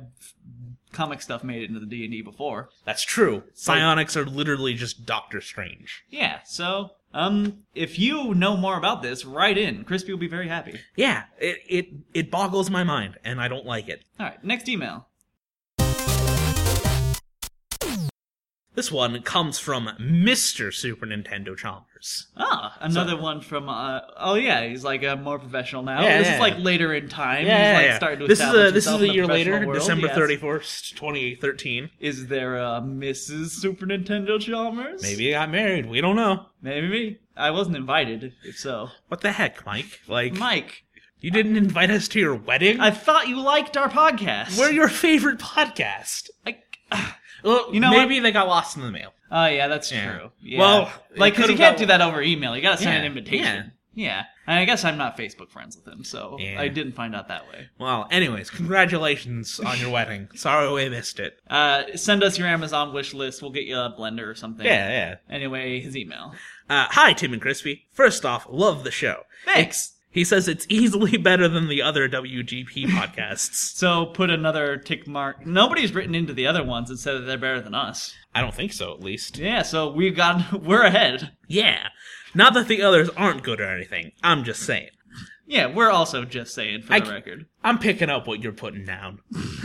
comic stuff made it into the D and D before. that's true. Psionics are literally just Doctor Strange. Yeah. So, um, if you know more about this, write in. Crispy will be very happy. Yeah, it it it boggles my mind, and I don't like it. All right. Next email. This one comes from Mister Super Nintendo Chalmers. Ah, another one from. Uh, oh yeah, he's like uh, more professional now. Yeah, this yeah. is like later in time. Yeah, he's like yeah, yeah. starting to this is establish a this is himself a in the year professional later, world. December Yes. thirty first, twenty thirteen. Is there a Mrs. Super Nintendo Chalmers? Maybe I got married. We don't know. Maybe me. I wasn't invited. If so, What the heck, Mike? Like Mike, you didn't invite us to your wedding. I thought you liked our podcast. We're your favorite podcast. I- Well, You know maybe they got lost in the mail. Oh yeah, that's Yeah. true. Yeah. Well, it like because you could've can't got- do that over email. You gotta send Yeah, an invitation. Yeah. And I guess I'm not Facebook friends with him, so Yeah. I didn't find out that way. Well, anyways, congratulations on your wedding. Sorry we missed it. Uh, send us your Amazon wish list. We'll get you a blender or something. Yeah, yeah. Anyway, his email. Uh, hi, Tim and Crispy. First off, love the show. Thanks. He says it's easily better than the other WGP podcasts. So put another tick mark. Nobody's written into the other ones and said that they're better than us. I don't think so, at least. Yeah. So we've got we're ahead. Yeah. Not that the others aren't good or anything. I'm just saying. Yeah, we're also just saying for I the c- record. I'm picking up what you're putting down.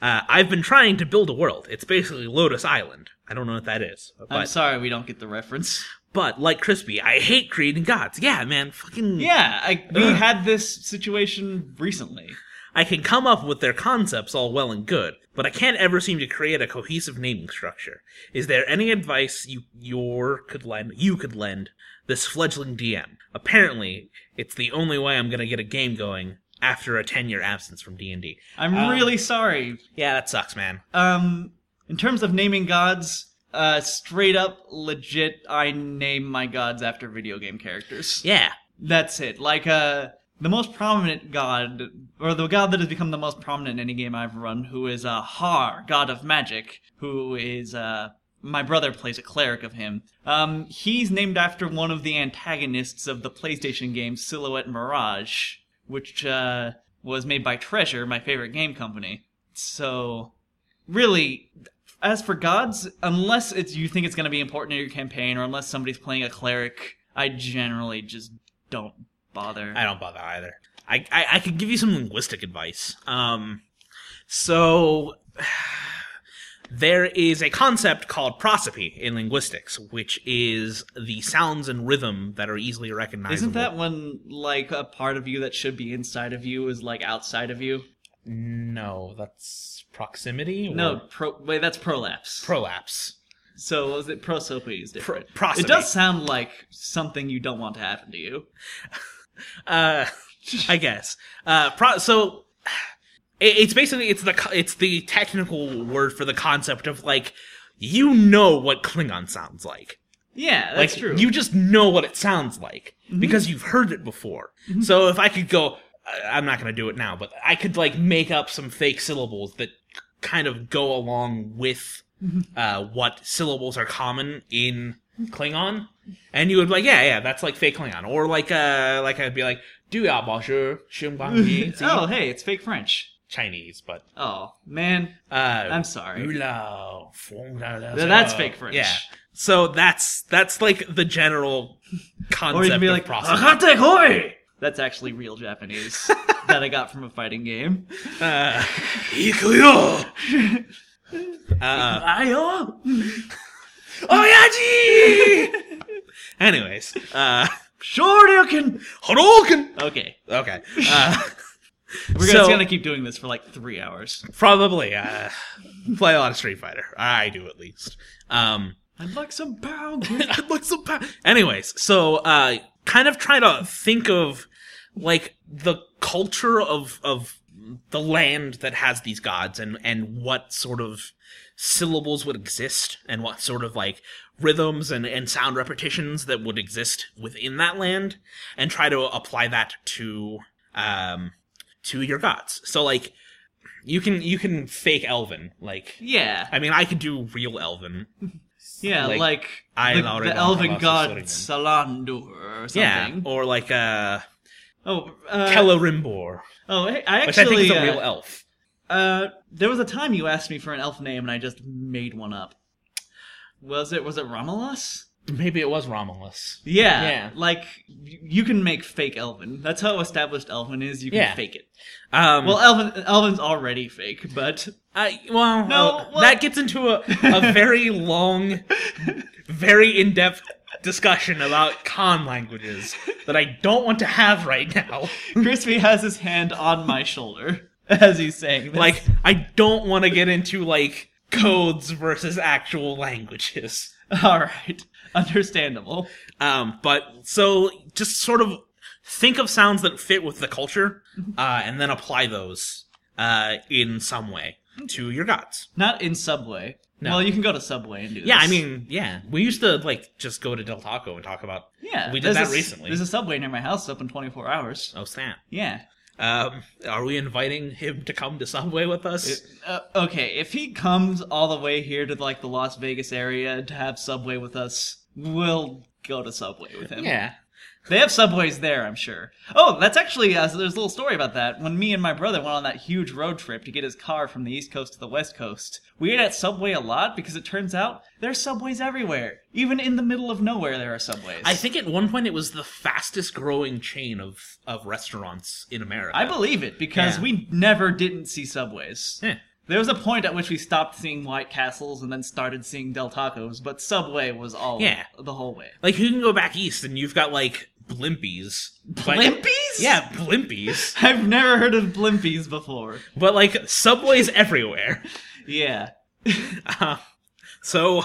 Uh, I've been trying to build a world. It's basically Lotus Island. I don't know what that is. I'm But, sorry we don't get the reference. but like Crispy, I hate creating gods. Yeah, man, fucking. Yeah, I, we had this situation recently. I can come up with their concepts all well and good, but I can't ever seem to create a cohesive naming structure. Is there any advice you your could lend you could lend this fledgling DM? Apparently, it's the only way I'm gonna get a game going after a ten year absence from D and D. I'm Um, really sorry. Yeah, that sucks, man. Um, in terms of naming gods, uh, straight up legit, I name my gods after video game characters. Yeah, That's it. Like uh the most prominent god or the god that has become the most prominent in any game I've run, who is uh Har, god of magic, who is uh my brother plays a cleric of him. Um he's named after one of the antagonists of the PlayStation game Silhouette Mirage, which uh was made by Treasure, my favorite game company. So really as for gods unless it's you think it's going to be important in your campaign or unless somebody's playing a cleric i generally just don't bother I don't bother either. I I, I could give you some linguistic advice. Um, so there is a concept called prosopy in linguistics, which is the sounds and rhythm that are easily recognizable. isn't that when like a part of you that should be inside of you is like outside of you No, that's proximity. or no pro wait that's prolapse prolapse. so was it prosopy is different Pro- prosopy. it does sound like something you don't want to happen to you Uh, I guess. Uh, pro- so it, it's basically it's the co- it's the technical word for the concept of like you know what Klingon sounds like. yeah Like, that's true Mm-hmm. You just know what it sounds like because you've heard it before. So if I could go, I- I'm not going to do it now, but I could like make up some fake syllables that kind of go along with Mm-hmm. uh, what syllables are common in Klingon, and you would be like, yeah, yeah, that's like fake Klingon, or like uh, like I'd be like, do ya bonjour, shim bang yi," see? oh hey it's fake french Chinese, but oh man uh, i'm sorry Ula, fong da da Th- that's da. fake French. Yeah. So that's that's like the general concept Or you can be of like, "Uh-huh." process. "Hakate hoi!" That's actually real Japanese that I got from a fighting game. Uh, Ikuyo! uh, Ayo! Oyaji! Anyways, uh, Shoryuken! Hadouken! Okay. Okay. Uh, We're just So- gonna keep doing this for like three hours. probably uh, play a lot of Street Fighter. I do at least. Um, I'd like some pound. I'd like some pa- Anyways, so uh, kind of try to think of like the culture of of the land that has these gods and and what sort of syllables would exist and what sort of like rhythms and and sound repetitions that would exist within that land and try to apply that to um to your gods. So like you can you can fake elven like yeah. I mean I could do real elven Yeah, Like, like, I the, already the know elven about god Salandur or Yeah, something. or like uh, Oh, uh, Kelorimbor, oh, hey, I which I think actually. is a uh, real elf. uh, there was a time you asked me for an elf name and I just made one up. Was it was it Romulus? Maybe it was Romulus. Yeah, Yeah. Like y- you can make fake Elvin. That's how established Elvin is. You can Yeah. fake it. Um, Well, well, Elvin Elvin's already fake, but I, well, No, uh, well- that gets into a, a very long, very in depth discussion about con languages that I don't want to have right now. Crispy has his hand on my shoulder as he's saying this. Like, I don't want to get into like codes versus actual languages. all right, understandable. Um, but so just sort of think of sounds that fit with the culture, uh, and then apply those uh, in some way to your gods. Not in Subway. No. Well, you can go to Subway and do. Yeah, this. I mean, yeah, we used to like just go to Del Taco and talk about yeah, we did there's that a s- recently. There's a Subway near my house, it's open 24 hours. oh snap. Yeah. Um, are we inviting him to come to Subway with us? Uh, okay, if he comes all the way here to like the Las Vegas area to have Subway with us, we'll go to Subway with him. yeah. They have subways there, I'm sure. Oh, that's actually uh, so there's a little story about that. When me and my brother went on that huge road trip to get his car from the East Coast to the West Coast, we ate at Subway a lot because it turns out there's subways everywhere. Even in the middle of nowhere, there are subways. I think at one point it was the fastest growing chain of of restaurants in America. I believe it because Yeah. we never didn't see subways. Yeah. There was a point at which we stopped seeing White Castles and then started seeing Del Tacos, but Subway was all Yeah. the whole way. Like you can go back east and you've got like blimpies. but- Blimpies? yeah, blimpies. I've never heard of Blimpies before. but like subways everywhere. Yeah. Uh, so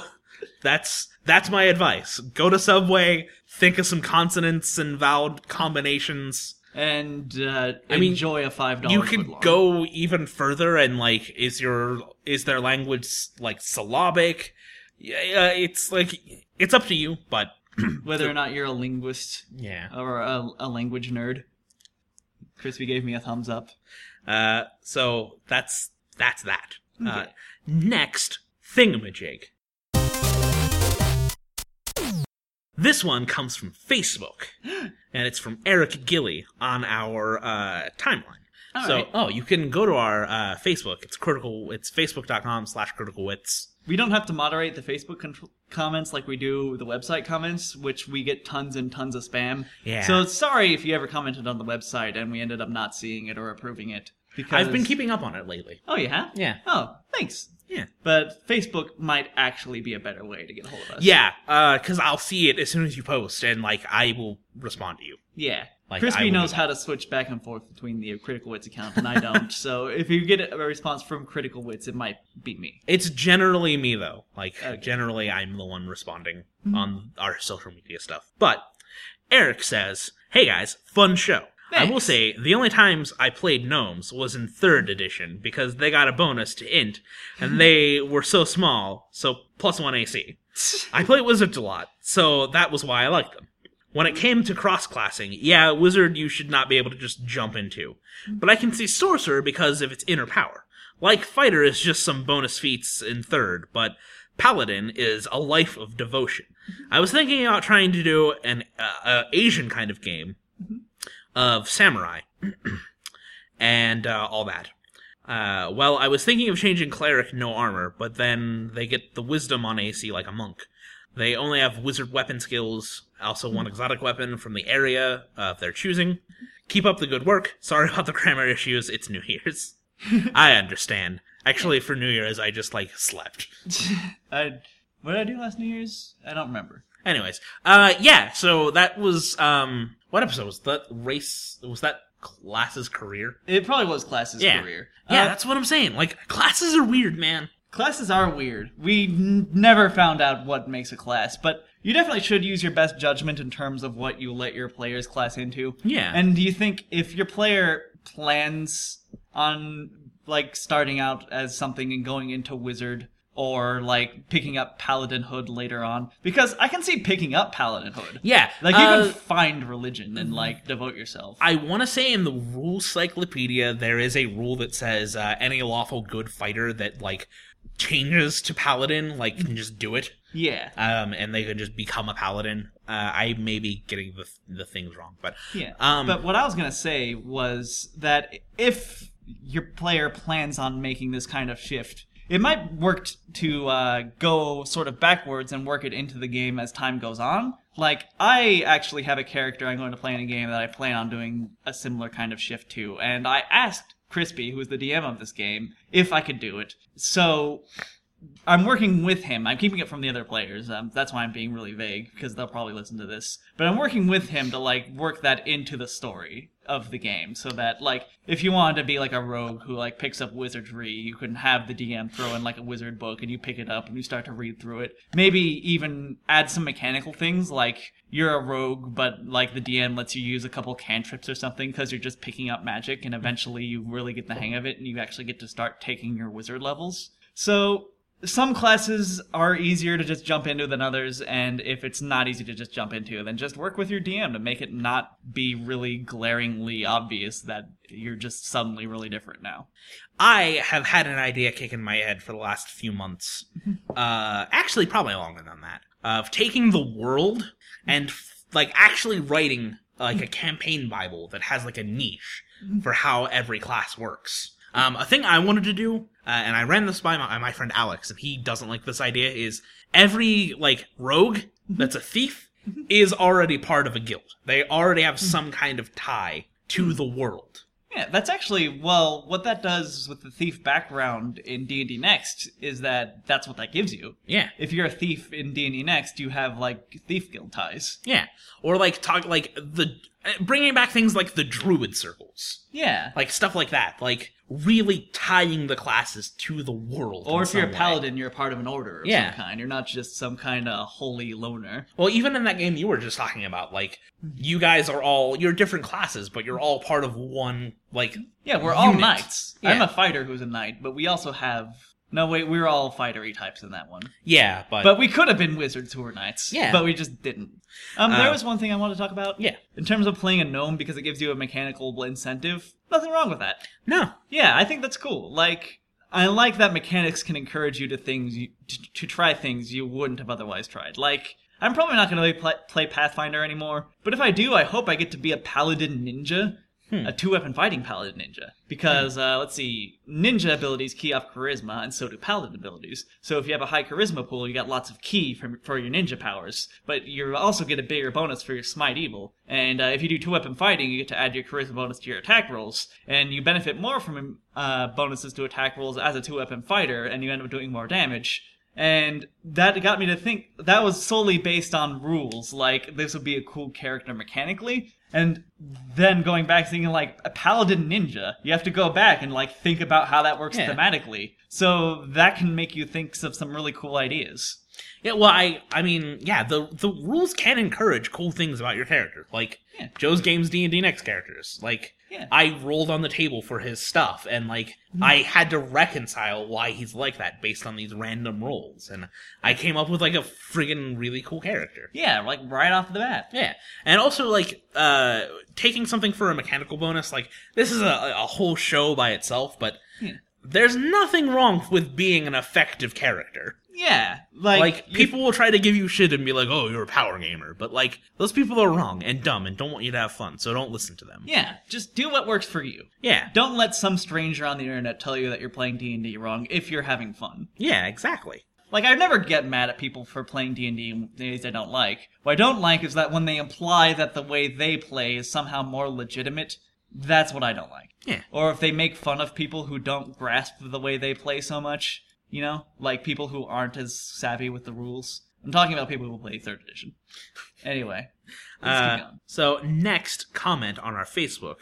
that's that's my advice. Go to Subway, think of some consonants and vowel combinations. And uh, I mean, enjoy a five dollar. You can go even further and like is your is their language like syllabic? Yeah, uh, it's like it's up to you, but whether or not you're a linguist yeah. or a, a language nerd. Crispy gave me a thumbs up. Uh, so that's that's that. Uh, Okay. next, Thingamajig. This one comes from Facebook, and it's from Eric Gilly on our uh, timeline. All so, right. oh, you can go to our uh, Facebook. It's critical. It's facebook.com slash critical wits. We don't have to moderate the Facebook con- comments like we do the website comments, which we get tons and tons of spam. Yeah. So sorry if you ever commented on the website and we ended up not seeing it or approving it. Because I've been keeping up on it lately. Oh, you have? Yeah. Oh, thanks. Yeah. But Facebook might actually be a better way to get a hold of us. Yeah, because I'll see it as soon as you post, and like I will respond to you. Yeah. Like, I Crispy will knows do how to switch back and forth between the Critical Wits account, and I don't. so if you get a response from Critical Wits, it might be me. It's generally me though. Like Okay. Mm-hmm. generally I'm the one responding on our social media stuff. But Eric says, "Hey guys, fun show." I will Thanks. say the only times I played gnomes was in third edition because they got a bonus to int, and they were so small, so plus one AC. I play wizards a lot, so that was why I liked them. When it came to cross classing, yeah, wizard you should not be able to just jump into. But I can see sorcerer because of its inner power. Like fighter is just some bonus feats in third, but paladin is a life of devotion. I was thinking about trying to do an uh, uh, Asian kind of game of samurai and uh, all that. Uh, well, I was thinking of changing cleric no armor, but then they get the wisdom on AC like a monk. They only have wizard weapon skills, also one exotic weapon from the area of their choosing. Keep up the good work. Sorry about the grammar issues. It's New Year's. I understand. Actually, for New Year's, I just like slept. I, what did I do last New Year's? I don't remember. Anyways, uh, yeah. So that was um, what episode was that? Race was that classes career? It probably was Classes' Yeah. career. Yeah, Uh, that's what I'm saying. Like classes are weird, man. classes are weird. We n- never found out what makes a class, but you definitely should use your best judgment in terms of what you let your players class into. Yeah. And do you think if your player plans on like starting out as something and going into wizard or like picking up paladin hood later on because I can see picking up paladin hood. yeah, Like you uh, can find religion and like devote yourself. I want to say in the rule cyclopedia there is a rule that says uh, any lawful good fighter that like changes to paladin like can just do it, yeah. um, and they can just become a paladin. Uh, I may be getting the the things wrong, but Yeah. Um, but what I was going to say was that if your player plans on making this kind of shift, it might work t- to uh, go sort of backwards and work it into the game as time goes on. Like, I actually have a character I'm going to play in a game that I plan on doing a similar kind of shift to, and I asked Crispy, who is the DM of this game, if I could do it. So I'm working with him. I'm keeping it from the other players. Um, that's why I'm being really vague because they'll probably listen to this. But I'm working with him to like work that into the story of the game, so that like if you wanted to be like a rogue who like picks up wizardry, you can have the DM throw in like a wizard book and you pick it up and you start to read through it. Maybe even add some mechanical things like you're a rogue, but like the DM lets you use a couple cantrips or something because you're just picking up magic, and eventually you really get the hang of it and you actually get to start taking your wizard levels. So some classes are easier to just jump into than others, and if it's not easy to just jump into, then just work with your DM to make it not be really glaringly obvious that you're just suddenly really different now. I have had an idea kick in my head for the last few months. uh, actually, probably longer than that. Of taking the world and f- like actually writing like a campaign bible that has like a niche for how every class works. Um, a thing I wanted to do, uh, and I ran this by my, my friend Alex, and he doesn't like this idea. Is every like rogue that's a thief is already part of a guild? They already have some kind of tie to the world Yeah, that's actually well. What that does with the thief background in D and D Next is that that's what that gives you. Yeah. If you're a thief in D and D Next, you have like thief guild ties. Yeah. Or like talk like the bringing back things like the druid circles. Yeah. Like stuff like that. Like really tying the classes to the world. Or in if you're a some way. paladin, you're a part of an order of Yeah. some kind. You're not just some kind of holy loner. Well, even in that game you were just talking about, like you guys are all you're different classes, but you're all part of one like Yeah, we're all Unit. knights. I'm Yeah. a fighter who's a knight, but we also have no wait, we're all fightery types in that one. yeah, but, But we could have been wizards who were knights. Yeah. But we just didn't. Um, there Uh, was one thing I wanted to talk about. yeah. In terms of playing a gnome because it gives you a mechanical incentive, nothing wrong with that. No. Yeah, I think that's cool. Like, I like that mechanics can encourage you to things you, to, to try things you wouldn't have otherwise tried. Like, I'm probably not going to play, play Pathfinder anymore, but if I do, I hope I get to be a paladin ninja, a two weapon fighting paladin ninja. Because uh, let's see, ninja abilities key off charisma, and so do paladin abilities. So if you have a high charisma pool, you got lots of key from, for your ninja powers, but you also get a bigger bonus for your smite evil. And uh, if you do two weapon fighting, you get to add your charisma bonus to your attack rolls, and you benefit more from uh, bonuses to attack rolls as a two weapon fighter, and you end up doing more damage. And that got me to think that was solely based on rules, like this would be a cool character mechanically. And then going back thinking like a paladin ninja, you have to go back and like think about how that works Yeah. thematically. So that can make you think of some really cool ideas. Yeah, well, I I mean, yeah, the the rules can encourage cool things about your character, like Yeah. Joe's games D and D next characters. Like Yeah. I rolled on the table for his stuff, and like Mm-hmm. I had to reconcile why he's like that based on these random rolls, and I came up with like a friggin' really cool character. Yeah, like right off the bat. Yeah, and also like uh taking something for a mechanical bonus, like this is a, a whole show by itself, but Yeah. there's nothing wrong with being an effective character Yeah, like, like, you- people will try to give you shit and be like, "Oh, you're a power gamer," but like those people are wrong and dumb and don't want you to have fun, so don't listen to them. Yeah, just do what works for you. yeah, Don't let some stranger on the internet tell you that you're playing D and D wrong if you're having fun. yeah, exactly. Like I never get mad at people for playing D and D days I don't like. What I don't like is that when they imply that the way they play is somehow more legitimate. That's what I don't like. Yeah. Or if they make fun of people who don't grasp the way they play so much, you know, like people who aren't as savvy with the rules. I'm talking about people who play third edition. Anyway, let's Uh, keep going. so next comment on our Facebook.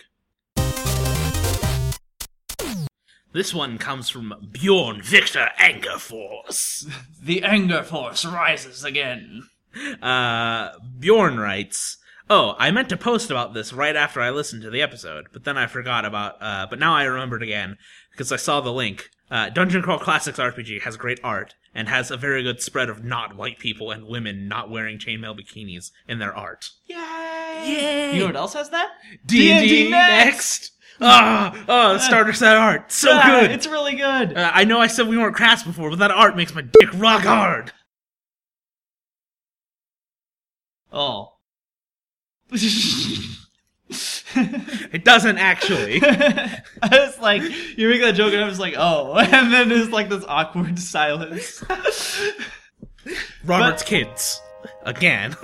This one comes from Bjorn Victor Angerforce. The anger force rises again. Uh, Bjorn writes, "Oh, I meant to post about this right after I listened to the episode, but then I forgot about. Uh, but now I remembered again because I saw the link. Uh, Dungeon Crawl Classics RPG has great art and has a very good spread of not white people and women not wearing chainmail bikinis in their art. Yay! Yay! You know what else has that? D&D next. Ah, ah, the starter set art, so Ah, good. It's really good. Uh, I know I said we weren't crass before, but that art makes my dick rock hard. Oh. It doesn't actually. I was like, you make that joke, and I was like, oh. And then there's like this awkward silence. Robert's kids again.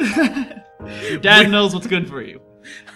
Dad knows what's good for you.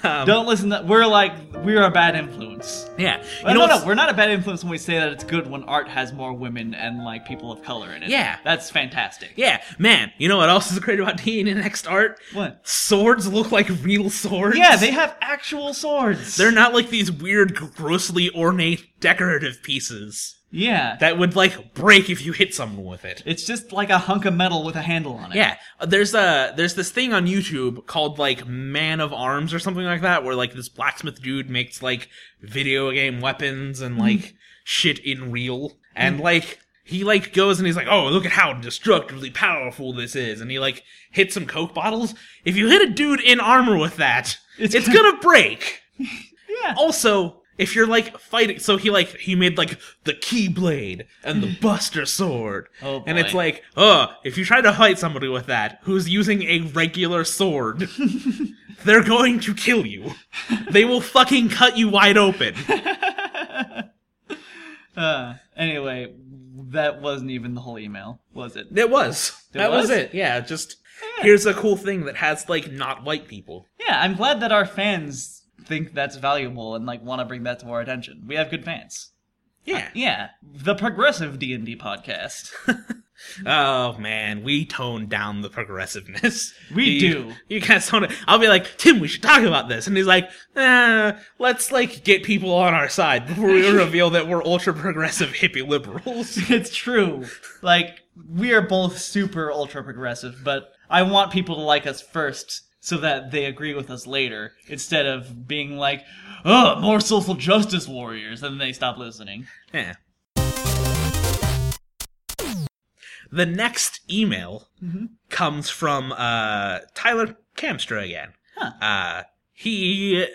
Um, Don't listen to. We're like, we're a bad influence. Yeah. You no, no, what's- we're not a bad influence when we say that it's good when art has more women and like people of color in it. Yeah. That's fantastic. Yeah, man. You know what else is great about D&D Next Art? What? Swords look like real swords. Yeah, they have actual swords. They're not like these weird, grossly ornate decorative pieces Yeah. that would like break if you hit someone with it. it's just like a hunk of metal with a handle on it. Yeah, uh, there's a there's this thing on YouTube called like Man of Arms or something like that, where like this blacksmith dude makes like video game weapons and like shit in real, and like he like goes and he's like, oh look at how destructively powerful this is, and he like hits some coke bottles. If you hit a dude in armor with that, It's it's, gonna break. Yeah. Also. If you're like fighting, so he like he made like the keyblade and the buster sword, Oh, and it's boy. like, uh, if you try to fight somebody with that who's using a regular sword, they're going to kill you. They will fucking cut you wide open. Uh, anyway, that wasn't even the whole email, was it? It was. that was? was? it. Yeah, just here's a cool thing that has like not white people. Yeah, I'm glad that our fans think that's valuable and like want to bring that to our attention. We have good fans. Uh, Yeah. Yeah, the progressive D and D podcast. Oh man, we tone down the progressiveness. We You- do. You guys tone it. I'll be like, Tim, we should talk about this, and he's like, eh, let's like get people on our side before we reveal that we're ultra progressive hippie liberals. it's true. Like we are both super ultra progressive, but I want people to like us first so that they agree with us later instead of being like, "Oh, more social justice warriors," and they stop listening. Yeah. The next email Mm-hmm. comes from uh, Tyler Camstra again. Huh. Uh, he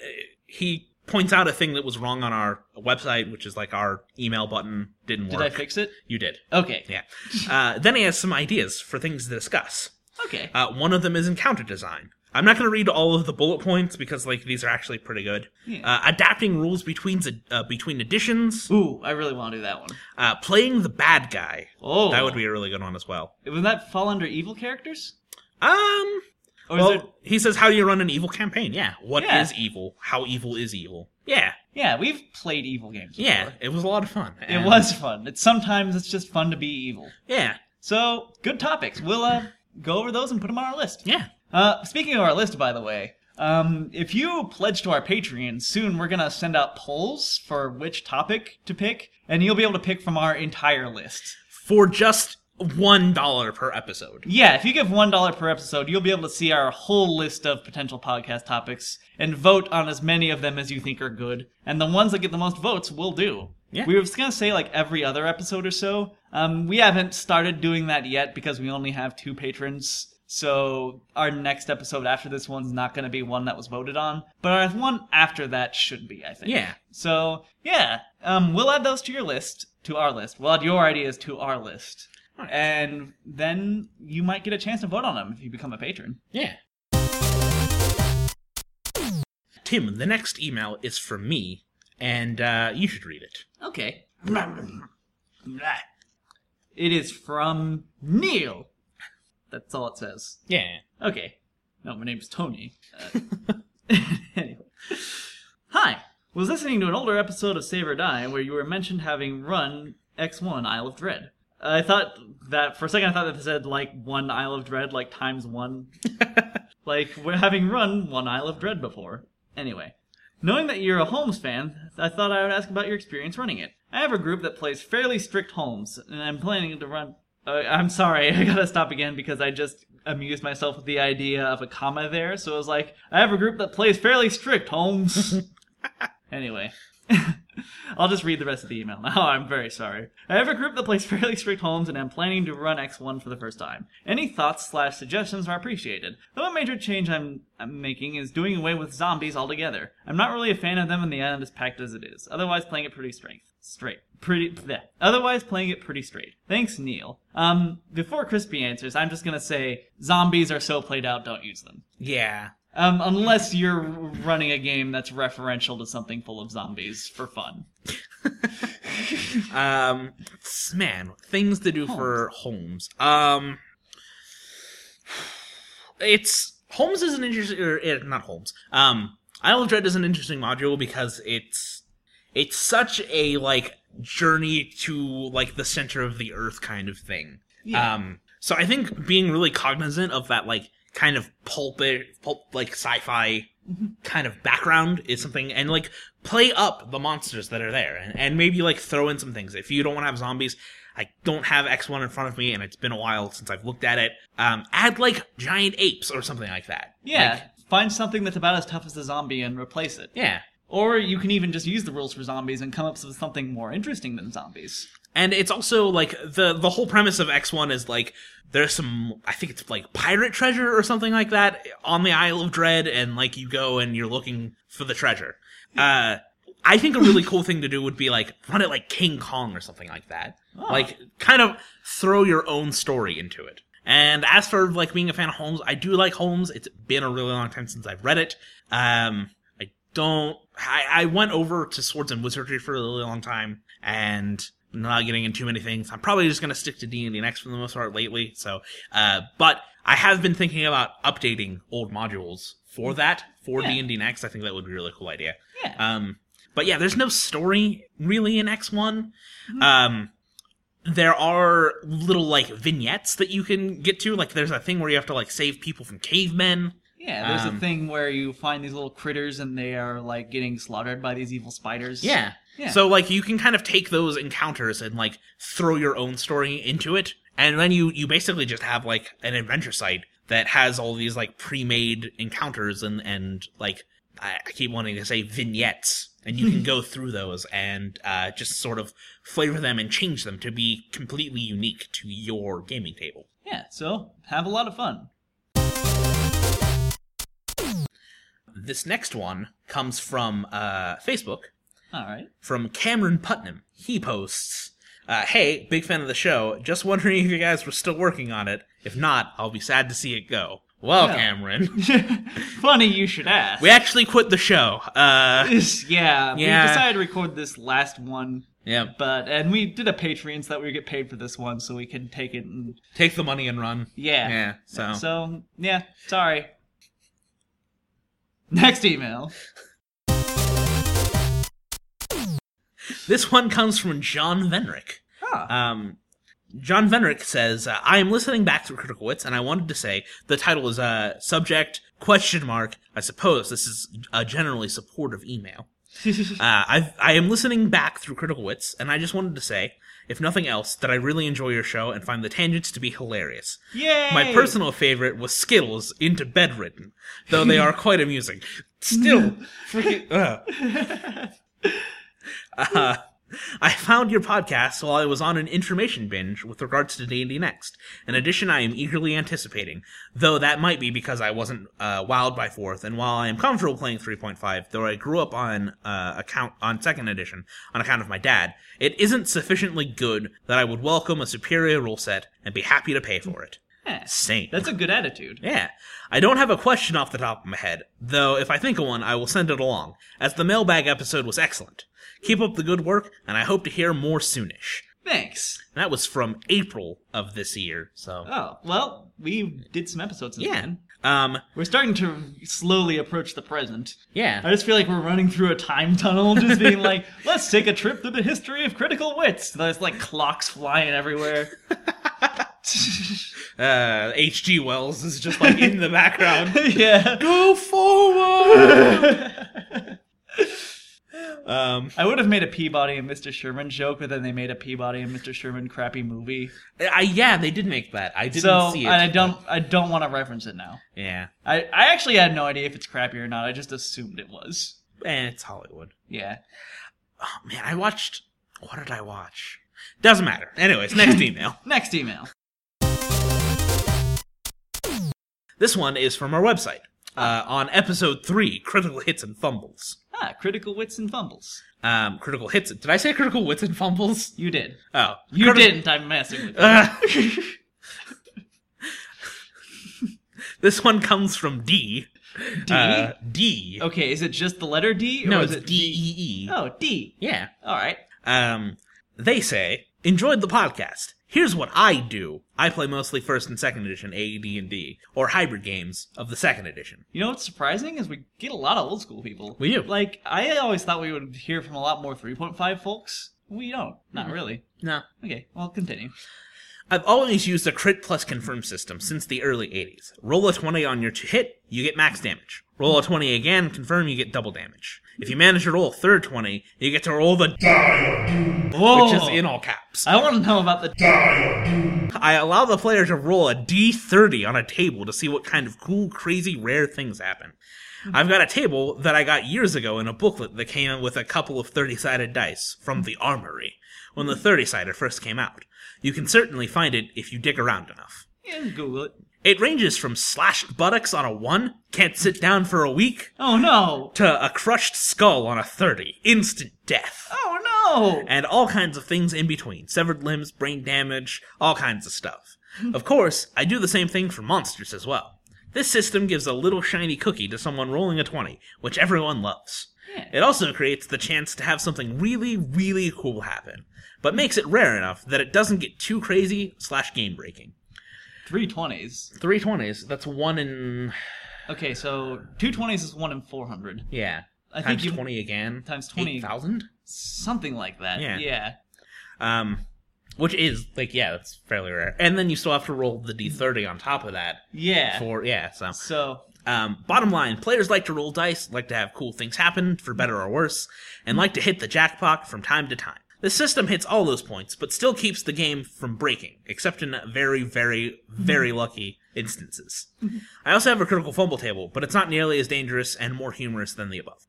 he points out a thing that was wrong on our website, which is like our email button didn't Did work. I fix it? you did. Okay. Yeah. Uh, then he has some ideas for things to discuss. Okay. Uh, one of them is encounter design. I'm not going to read all of the bullet points because like these are actually pretty good. Yeah. Uh, adapting rules between uh, between editions. Ooh, I really want to do that one. Uh, playing the bad guy. Oh, That would be a really good one as well. Wouldn't that fall under evil characters? Um. Or well, is it? he says, "How do you run an evil campaign?" Yeah. What is Yeah. evil? How evil is evil? Yeah. Yeah, we've played evil games. Before. Yeah. It was a lot of fun. It and- was fun. It's sometimes it's just fun to be evil. Yeah. So good topics. We'll uh, go over those and put them on our list. Yeah. Uh, speaking of our list, by the way, um, if you pledge to our Patreon, soon we're gonna send out polls for which topic to pick, and you'll be able to pick from our entire list. For just one dollar per episode. Yeah, if you give one dollar per episode, you'll be able to see our whole list of potential podcast topics and vote on as many of them as you think are good. And the ones that get the most votes, we'll do. Yeah. We were just gonna say like every other episode or so. Um, we haven't started doing that yet because we only have two patrons. So our next episode after this one's not gonna be one that was voted on, but our one after that should be, I think. Yeah. So yeah, um, we'll add those to your list, to our list. We'll add your ideas to our list, Alright. and then you might get a chance to vote on them if you become a patron. Yeah. Tim, the next email is from me, and uh, you should read it. Okay. It is from Neil. That's all it says. Yeah. Okay. No, my name's Tony. Uh, anyway. Hi. Was listening to an older episode of Save or Die where you were mentioned having run X1 Isle of Dread. I thought that for a second I thought that they said like one Isle of Dread like times one. like we're having run one Isle of Dread before. Anyway. Knowing that you're a Holmes fan, I thought I would ask about your experience running it. I have a group that plays fairly strict Holmes, and I'm planning to run. Uh, I'm sorry, I gotta stop again because I just amused myself with the idea of a comma there, so I was like, I have a group that plays fairly strict Holmes. Anyway. I'll just read the rest of the email now. I'm very sorry. I have a group that plays fairly strict homes, and I'm planning to run X1 for the first time. Any thoughts slash suggestions are appreciated. The one major change I'm, I'm making is doing away with zombies altogether. I'm not really a fan of them, and the island is packed as it is. Otherwise, playing it pretty strength straight. Pretty. Bleh. Otherwise, playing it pretty straight. Thanks, Neil. Um, before Crispy answers, I'm just gonna say zombies are so played out. Don't use them. Yeah. Um, unless you're running a game that's referential to something full of zombies for fun. Um, s- man, things to do for Holmes. Um, it's Holmes is an interesting, or, eh, not Holmes. Um, Isle of Dread is an interesting module because it's it's such a like journey to like the center of the earth kind of thing. Yeah. Um, so I think being really cognizant of that like kind of pulpy, pulp like sci-fi Mm-hmm. kind of background is something and like play up the monsters that are there and, and maybe like throw in some things if you don't want to have zombies i don't have x1 in front of me and it's been a while since i've looked at it um add like giant apes or something like that Yeah. Like, Find something that's about as tough as a zombie and replace it. yeah Or you can even just use the rules for zombies and come up with something more interesting than zombies. and it's also like the the whole premise of x1 is like there's some i think it's like pirate treasure or something like that on the isle of dread and like you go and you're looking for the treasure uh i think a really cool thing to do would be like run it like king kong or something like that like kind of throw your own story into it and as for like being a fan of holmes i do like holmes it's been a really long time since i've read it um i don't i, I went over to swords and wizardry for a really long time and not getting into too many things i'm probably just going to stick to d&d next for the most part lately so uh but i have been thinking about updating old modules for that for Mm-hmm. Yeah. D and D next. I think that would be a really cool idea. Yeah. Um, but yeah, there's no story really in X one. Mhm. Um, there are little like vignettes that you can get to. Like there's a thing where you have to like save people from cavemen. Yeah, there's Um, a thing where you find these little critters and they are like getting slaughtered by these evil spiders. Yeah. Yeah. So like you can kind of take those encounters and like throw your own story into it, and then you you basically just have like an adventure site that has all these like pre-made encounters and and like I I keep wanting to say vignettes, and you can go through those and uh, just sort of flavor them and change them to be completely unique to your gaming table. Yeah, so have a lot of fun. This next one comes from uh, Facebook. All right. from Cameron Putnam. He posts, uh, "Hey, big fan of the show. Just wondering if you guys were still working on it. If not, I'll be sad to see it go." Well, Yeah. Cameron, Funny you should ask. we actually quit the show. Uh, Yeah. yeah, we decided to record this last one, yeah, but and we did a Patreon so that we would get paid for this one, so we can take it and take the money and run. yeah. Yeah, so So yeah, sorry. Next email. this one comes from John Venrick. Um, John Venrick says, uh, "I am listening back through Critical Wits, and I wanted to say the title is uh, subject question mark. I suppose this is a generally supportive email." Uh, I've, I am listening back through Critical Wits, and I just wanted to say, if nothing else, that I really enjoy your show and find the tangents to be hilarious. Yay! My personal favorite was Skittles into Bedridden, though they are quite amusing. Still, freaking. ugh. Uh, I found your podcast while I was on an information binge with regards to D&D Next, an addition I am eagerly anticipating, though that might be because I wasn't uh, wowed by 4th, and while I am comfortable playing 3.5, though I grew up on uh, account on 2nd edition on account of my dad, it isn't sufficiently good that I would welcome a superior rule set and be happy to pay for it. Yeah, Same. that's a good attitude. Yeah. I don't have a question off the top of my head, though if I think of one, I will send it along, as the mailbag episode was excellent. Keep up the good work, and I hope to hear more soonish. Thanks. And that was from April of this year, so. Oh well, we did some episodes. in the Yeah. end. Um, We're starting to slowly approach the present. I yeah. just feel like we're running through a time tunnel, just being like, let's take a trip through the history of critical wits. There's like clocks flying everywhere. Uh, H.G. Wells is just like in the background. yeah. Go forward! um, I would have made a Peabody and Mr. Sherman joke, but then they made a Peabody and Mr. Sherman crappy movie. I, yeah, they did make that. I didn't so see it. and I don't I don't want to reference it now. Yeah. I, I actually had no idea if it's crappy or not. I just assumed it was. And it's Hollywood. Yeah. Oh man, I watched. What did I watch? Doesn't matter. Anyways, next email. Next email. This one is from our website uh, on episode three, critical hits and fumbles. Ah, critical wits and fumbles. Um, critical hits. Did I say critical wits and fumbles? You did. Oh, You criti- Uh, didn't. I'm messing with you. Ugh. this one comes from D. D? Uh, D. Okay, is it just the letter D? Or No, is it's it D E E. Oh, D. Yeah. All right. Um, they say enjoyed the podcast. Here's what I do. I play mostly first and second edition AD&D or hybrid games of the second edition. You know what's surprising is we get a lot of old school people. We do. Like I always thought we would hear from a lot more 3.5 folks. We don't. Not Mm-hmm. really. No. Okay. Well, continue. I've always used a crit plus confirm system since the early 80s. Roll a 20 on your to hit, you get max damage. Roll a 20 again, confirm you get double damage. If you manage to roll a third 20, you get to roll the d- Whoa. which is in all caps. I want to know about the. I allow the player to roll a d30 on a table to see what kind of cool, crazy, rare things happen. I've got a table that I got years ago in a booklet that came with a couple of 30 sided dice from the armory when the 30 sided first came out. You can certainly find it if you dig around enough. Yeah, Google it. It ranges from slashed buttocks on a 1, can't sit down for a week, Oh no. to a crushed skull on a 30, instant death. Oh no. And all kinds of things in between severed limbs, brain damage, all kinds of stuff. Of course, I do the same thing for monsters as well. This system gives a little shiny cookie to someone rolling a 20, which everyone loves. Yeah. It also creates the chance to have something really, really cool happen, but makes it rare enough that it doesn't get too crazy slash game breaking. Three twenties. Three twenties. That's one in Okay, so 220s is 1 in 400. Yeah. I times think you, 20 again. times 20. 8,000? Something like that. Yeah. yeah. Um, which is, like, yeah, that's fairly rare. And then you still have to roll the d30 on top of that Yeah. for, yeah, so. So, Um, bottom line, players like to roll dice, like to have cool things happen, for better or worse, and like to hit the jackpot from time to time. The system hits all those points, but still keeps the game from breaking, except in very, very, very lucky instances. I also have a critical fumble table, but it's not nearly as dangerous and more humorous than the above.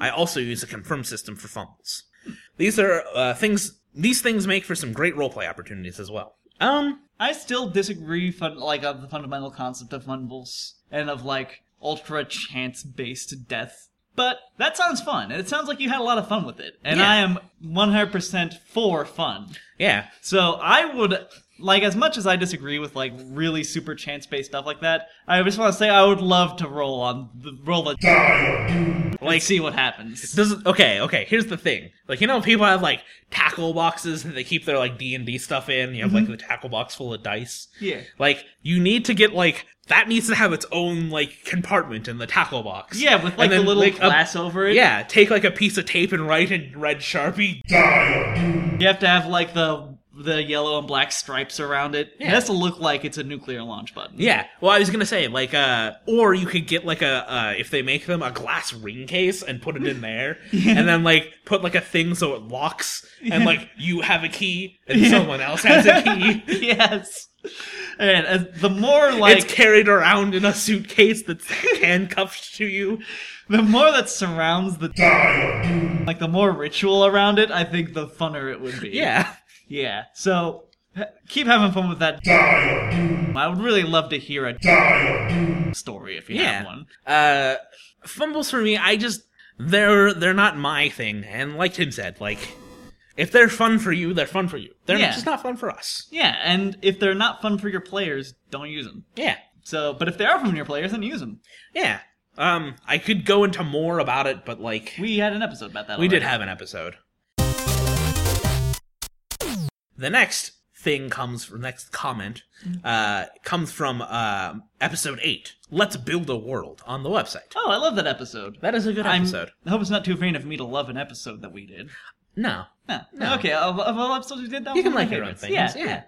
I also use a confirm system for fumbles. These are uh, things; these things make for some great roleplay opportunities as well. Um, I still disagree fun, like on the fundamental concept of fumbles and of like ultra chance based death. But that sounds fun. and It sounds like you had a lot of fun with it. And Yeah. I am 100% for fun. yeah, So I would like as much as I disagree with like really super chance based stuff like that, I just want to say I would love to roll on the roll a like see what happens. This is okay. Okay, here's the thing. Like you know, people have like tackle boxes that they keep their like D and D stuff in. You have like the tackle box full of dice. Mm-hmm. Yeah. Like you need to get like that needs to have its own like compartment in the tackle box. Yeah, with like And then a little make a- glass over it. Yeah, take like a piece of tape and write in red sharpie. You have to have like the the yellow and black stripes around it. Yeah. It has to look like it's a nuclear launch button. Yeah. Well, I was gonna say like uh, or you could get like a uh, if they make them a glass ring case and put it in there, and then like put like a thing so it locks, and like you have a key and someone else has a key. yes. And uh, the more like it's carried around in a suitcase that's handcuffed to you. the more that surrounds the like the more ritual around it, I think the funner it would be. Yeah. Yeah. So h- keep having fun with that. I would really love to hear a story if you Yeah. have one. Uh, fumbles for me, I just they're they're not my thing. And like Tim said, like if they're fun for you, they're fun for you. They're Yeah. just not fun for us. Yeah, and if they're not fun for your players, don't use them. Yeah. So, but if they are fun for your players, then use them. Yeah. Um, I could go into more about it, but like we, We had an episode about that. did already. have an episode. The next thing comes from next comment uh comes from uh episode 8 let's build a world on the website Oh, I love that episode. That is a good I'm- episode. I hope it's not too vain of me to love an episode that we did. No. Nah. No. Okay, of of all episodes we did, that You was can one like of my your own favorites. things. Yeah,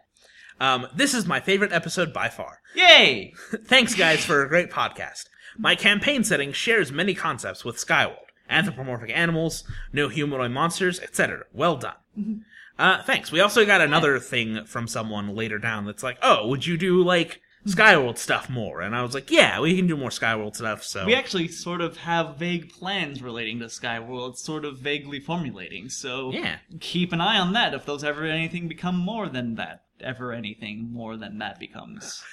yeah. Um, this is my favorite episode by far. Yay! Thanks, guys, for a great podcast. My campaign setting shares many concepts with Skyworld anthropomorphic animals, no humanoid monsters, etc. Well done. Uh, thanks. We also got another thing from someone later down that's like, oh, would you do, like, Skyworld stuff more? And I was like, yeah, we can do more Skyworld stuff, so. We actually sort of have vague plans relating to Skyworld, sort of vaguely formulating. So Yeah. keep an eye on that if those ever anything become more than that. Ever anything more than that becomes.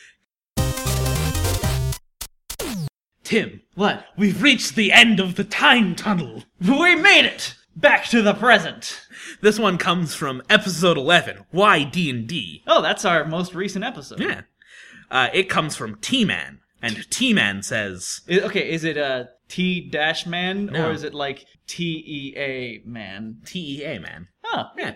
Tim, What? we've reached the end of the time tunnel. We made it! Back to the present! This one comes from episode 11, Why D&D? Oh, that's our most recent episode. Yeah. Uh, it comes from T Man. And T Man says, I- okay, is it uh, T dash man No. or is it like T E A man? T E A Man. Oh, Yeah.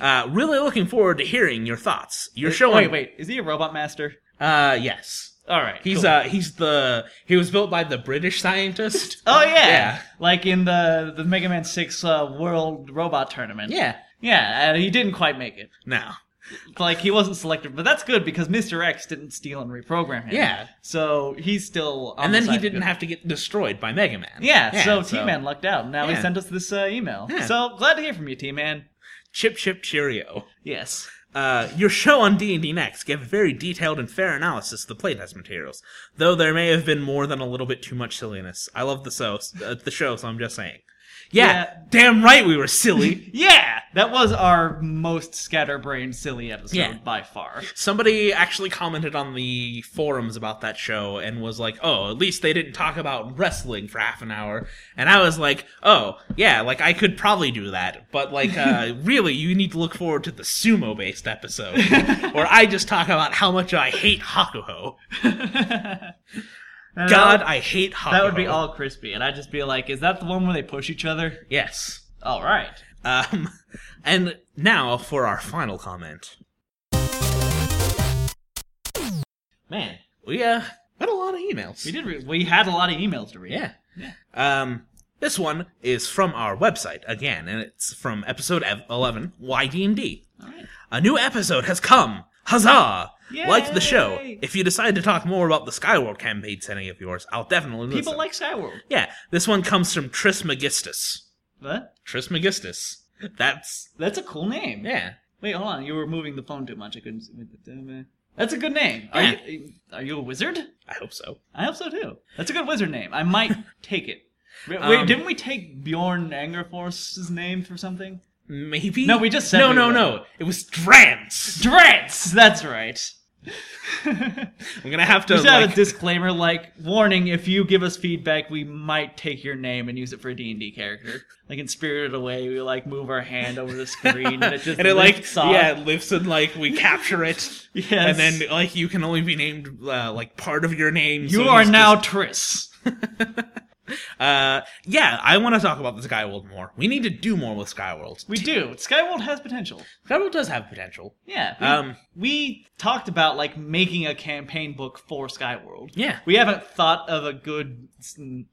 Uh, really looking forward to hearing your thoughts. You're Wait, showing. Wait, wait, is he a robot master? Uh, yes. Alright. He's, cool. uh, he's the. He was built by the British scientist. Oh yeah. Yeah. Like in the the Mega Man 6 uh, World Robot Tournament. Yeah. Yeah, uh, he didn't quite make it. No. Like he wasn't selected, but that's good because Mr. X didn't steal and reprogram him. Yeah. So he's still. On And then he the side of didn't good. have to get destroyed by Mega Man. Yeah, so T-Man lucked out. Now Yeah. he sent us this uh, email. Yeah. So glad to hear from you, T-Man. Chip Chip Cheerio. Yes. Uh, your show on D&D Next gave a very detailed and fair analysis of the playtest materials, though there may have been more than a little bit too much silliness. I love the so uh, the show, so I'm just saying. Yeah, Yeah. damn right we were silly. Yeah, that was our most scatterbrained, silly episode Yeah. by far. Somebody actually commented on the forums about that show and was like, "Oh, at least they didn't talk about wrestling for half an hour." And I was like, "Oh, yeah, like I could probably do that, but like uh, really, you need to look forward to the sumo-based episode where I just talk about how much I hate Hakuho." God, I hate Hakuho. That would be all crispy, and I'd just be like, "Is that the one where they push each other?" Yes. All right. Um, and now for our final comment. Man, we uh, But a lot of emails. We did. Re- we had a lot of emails to read. Yeah. Um, this one is from our website again, and it's from episode ev- 11, Why D&D. All right. A new episode has come! Huzzah! Like the show. Yay! If you decide to talk more about the Skyward campaign setting of yours, I'll definitely listen. People like Skyward. Yeah, this one comes from Trismegistus. What? Trismegistus. That's That's a cool name. yeah. Wait, hold on. You were moving the phone too much. I couldn't. uh, That's a good name. Are you? Are you a wizard? I hope so. I hope so too. That's a good wizard name. I might take it. Wait, Um, didn't we take Bjorn Angerforce's name for something? Maybe. No, we just said no, we no, would. no. It was Drance. Drance. That's right. I'm gonna have to Just add a like, disclaimer, like warning: if you give us feedback, we might take your name and use it for d and D character. Like in Spirited Away, we like move our hand over the screen and it just and it like lifts off. yeah it lifts and like we capture it. Yes. And then, like, you can only be named, uh, like, part of your name. you so are he's now Triss. just- uh, yeah, I want to talk about the Skyworld more. We need to do more with Skyworld. We do. Skyworld has potential. Skyworld does have potential. Yeah. We, Um, we talked about like making a campaign book for Skyworld. yeah. We haven't thought of a good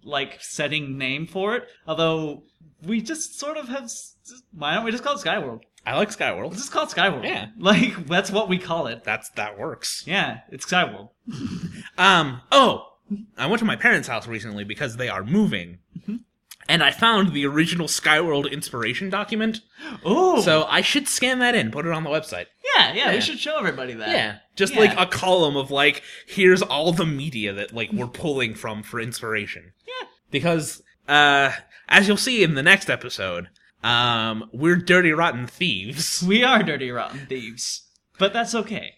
like setting name for it, although we just sort of have. s- Why don't we just call it Skyworld? I like Let's Skyworld. just call it Skyworld. Yeah. Like that's what we call it. That's, that works. Yeah, it's Skyworld. Um, oh, I went to my parents' house recently because they are moving. Mm-hmm. And I found the original Skyworld inspiration document. Oh, So I should scan that in, put it on the website. yeah, yeah, yeah. We should show everybody that. Yeah. Just Yeah. like a column of like, here's all the media that like we're pulling from for inspiration. Yeah. Because uh as you'll see in the next episode, um, we're dirty rotten thieves. We are dirty rotten thieves, but that's okay.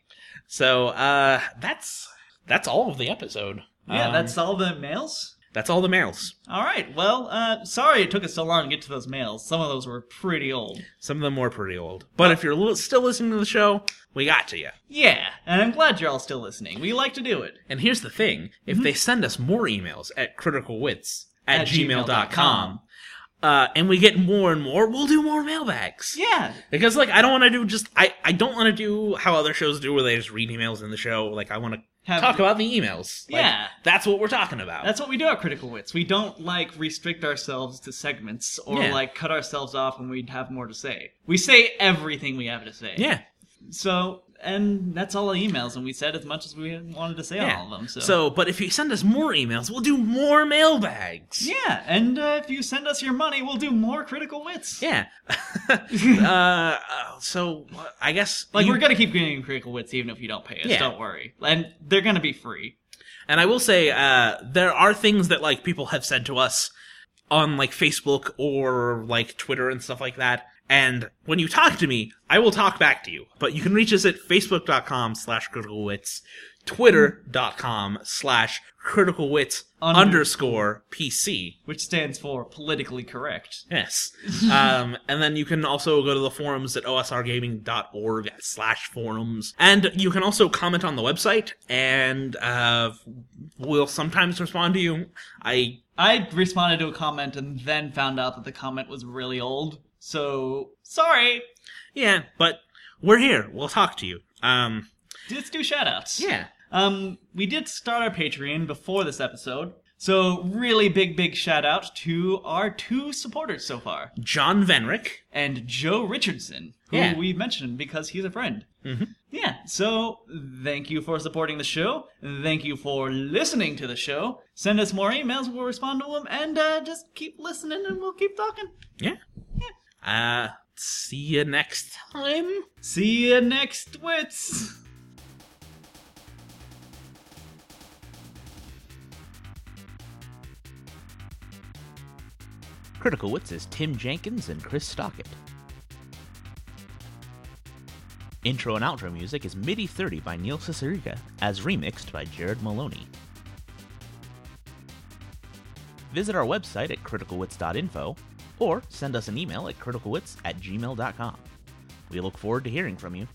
So uh that's that's all of the episode. Yeah, Um, that's all the mails. that's all the mails. All right. Well, uh, sorry it took us so long to get to those mails. Some of those were pretty old. Some of them were pretty old. But if you're li- still listening to the show, we got to you. Yeah, and I'm glad you're all still listening. We like to do it. And here's the thing if they send us more emails at criticalwits at, Mm-hmm. At gmail.com, uh, and we get more and more, we'll do more mailbags. Yeah, Because, like, I don't want to do just, I, I don't want to do how other shows do where they just read emails in the show. Like, I want to Have- talk about the emails. Like, Yeah. That's what we're talking about. That's what we do at Critical Wits. We don't like restrict ourselves to segments or Yeah. like cut ourselves off when we'd have more to say. We say everything we have to say. yeah. So, and that's all the emails, and we said as much as we wanted to say Yeah. on all of them. So, So, but if you send us more emails, we'll do more mailbags. yeah, and uh, if you send us your money, we'll do more Critical Wits. Yeah. uh, uh, so, uh, I guess. Like you- we're gonna keep getting Critical Wits even if you don't pay us. Yeah. Don't worry, and they're gonna be free. And I will say, uh, there are things that like people have said to us on like Facebook or like Twitter and stuff like that. And when you talk to me, I will talk back to you. But you can reach us at facebook.com slash critical wits, twitter.com slash critical wits Under- underscore PC. Which stands for politically correct. Yes. um, and then you can also go to the forums at osrgaming.org slash forums. And you can also comment on the website, and uh, we'll sometimes respond to you. I I responded to a comment and then found out that the comment was really old. So sorry. Yeah, but we're here. We'll talk to you. Um, Let's do shoutouts. yeah. Um, we did start our Patreon before this episode. So really big, big shout out to our two supporters so far. John Venrick. And Joe Richardson, who Yeah. we mentioned because he's a friend. Mhm. Yeah. So thank you for supporting the show. Thank you for listening to the show. Send us more emails, we'll respond to them, and uh, just keep listening and we'll keep talking. Yeah. Uh, see you next time. See you next Wits! Critical Wits is Tim Jenkins and Chris Stockett. Intro and outro music is MIDI 30 by Neil Cicerica, as remixed by Jared Maloney. Visit our website at criticalwits.info or send us an email at criticalwits at gmail.com. We look forward to hearing from you.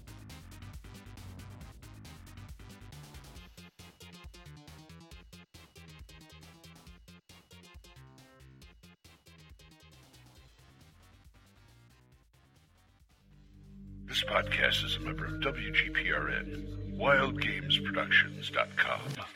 This podcast is a member of WGPRN, WildGamesProductions.com.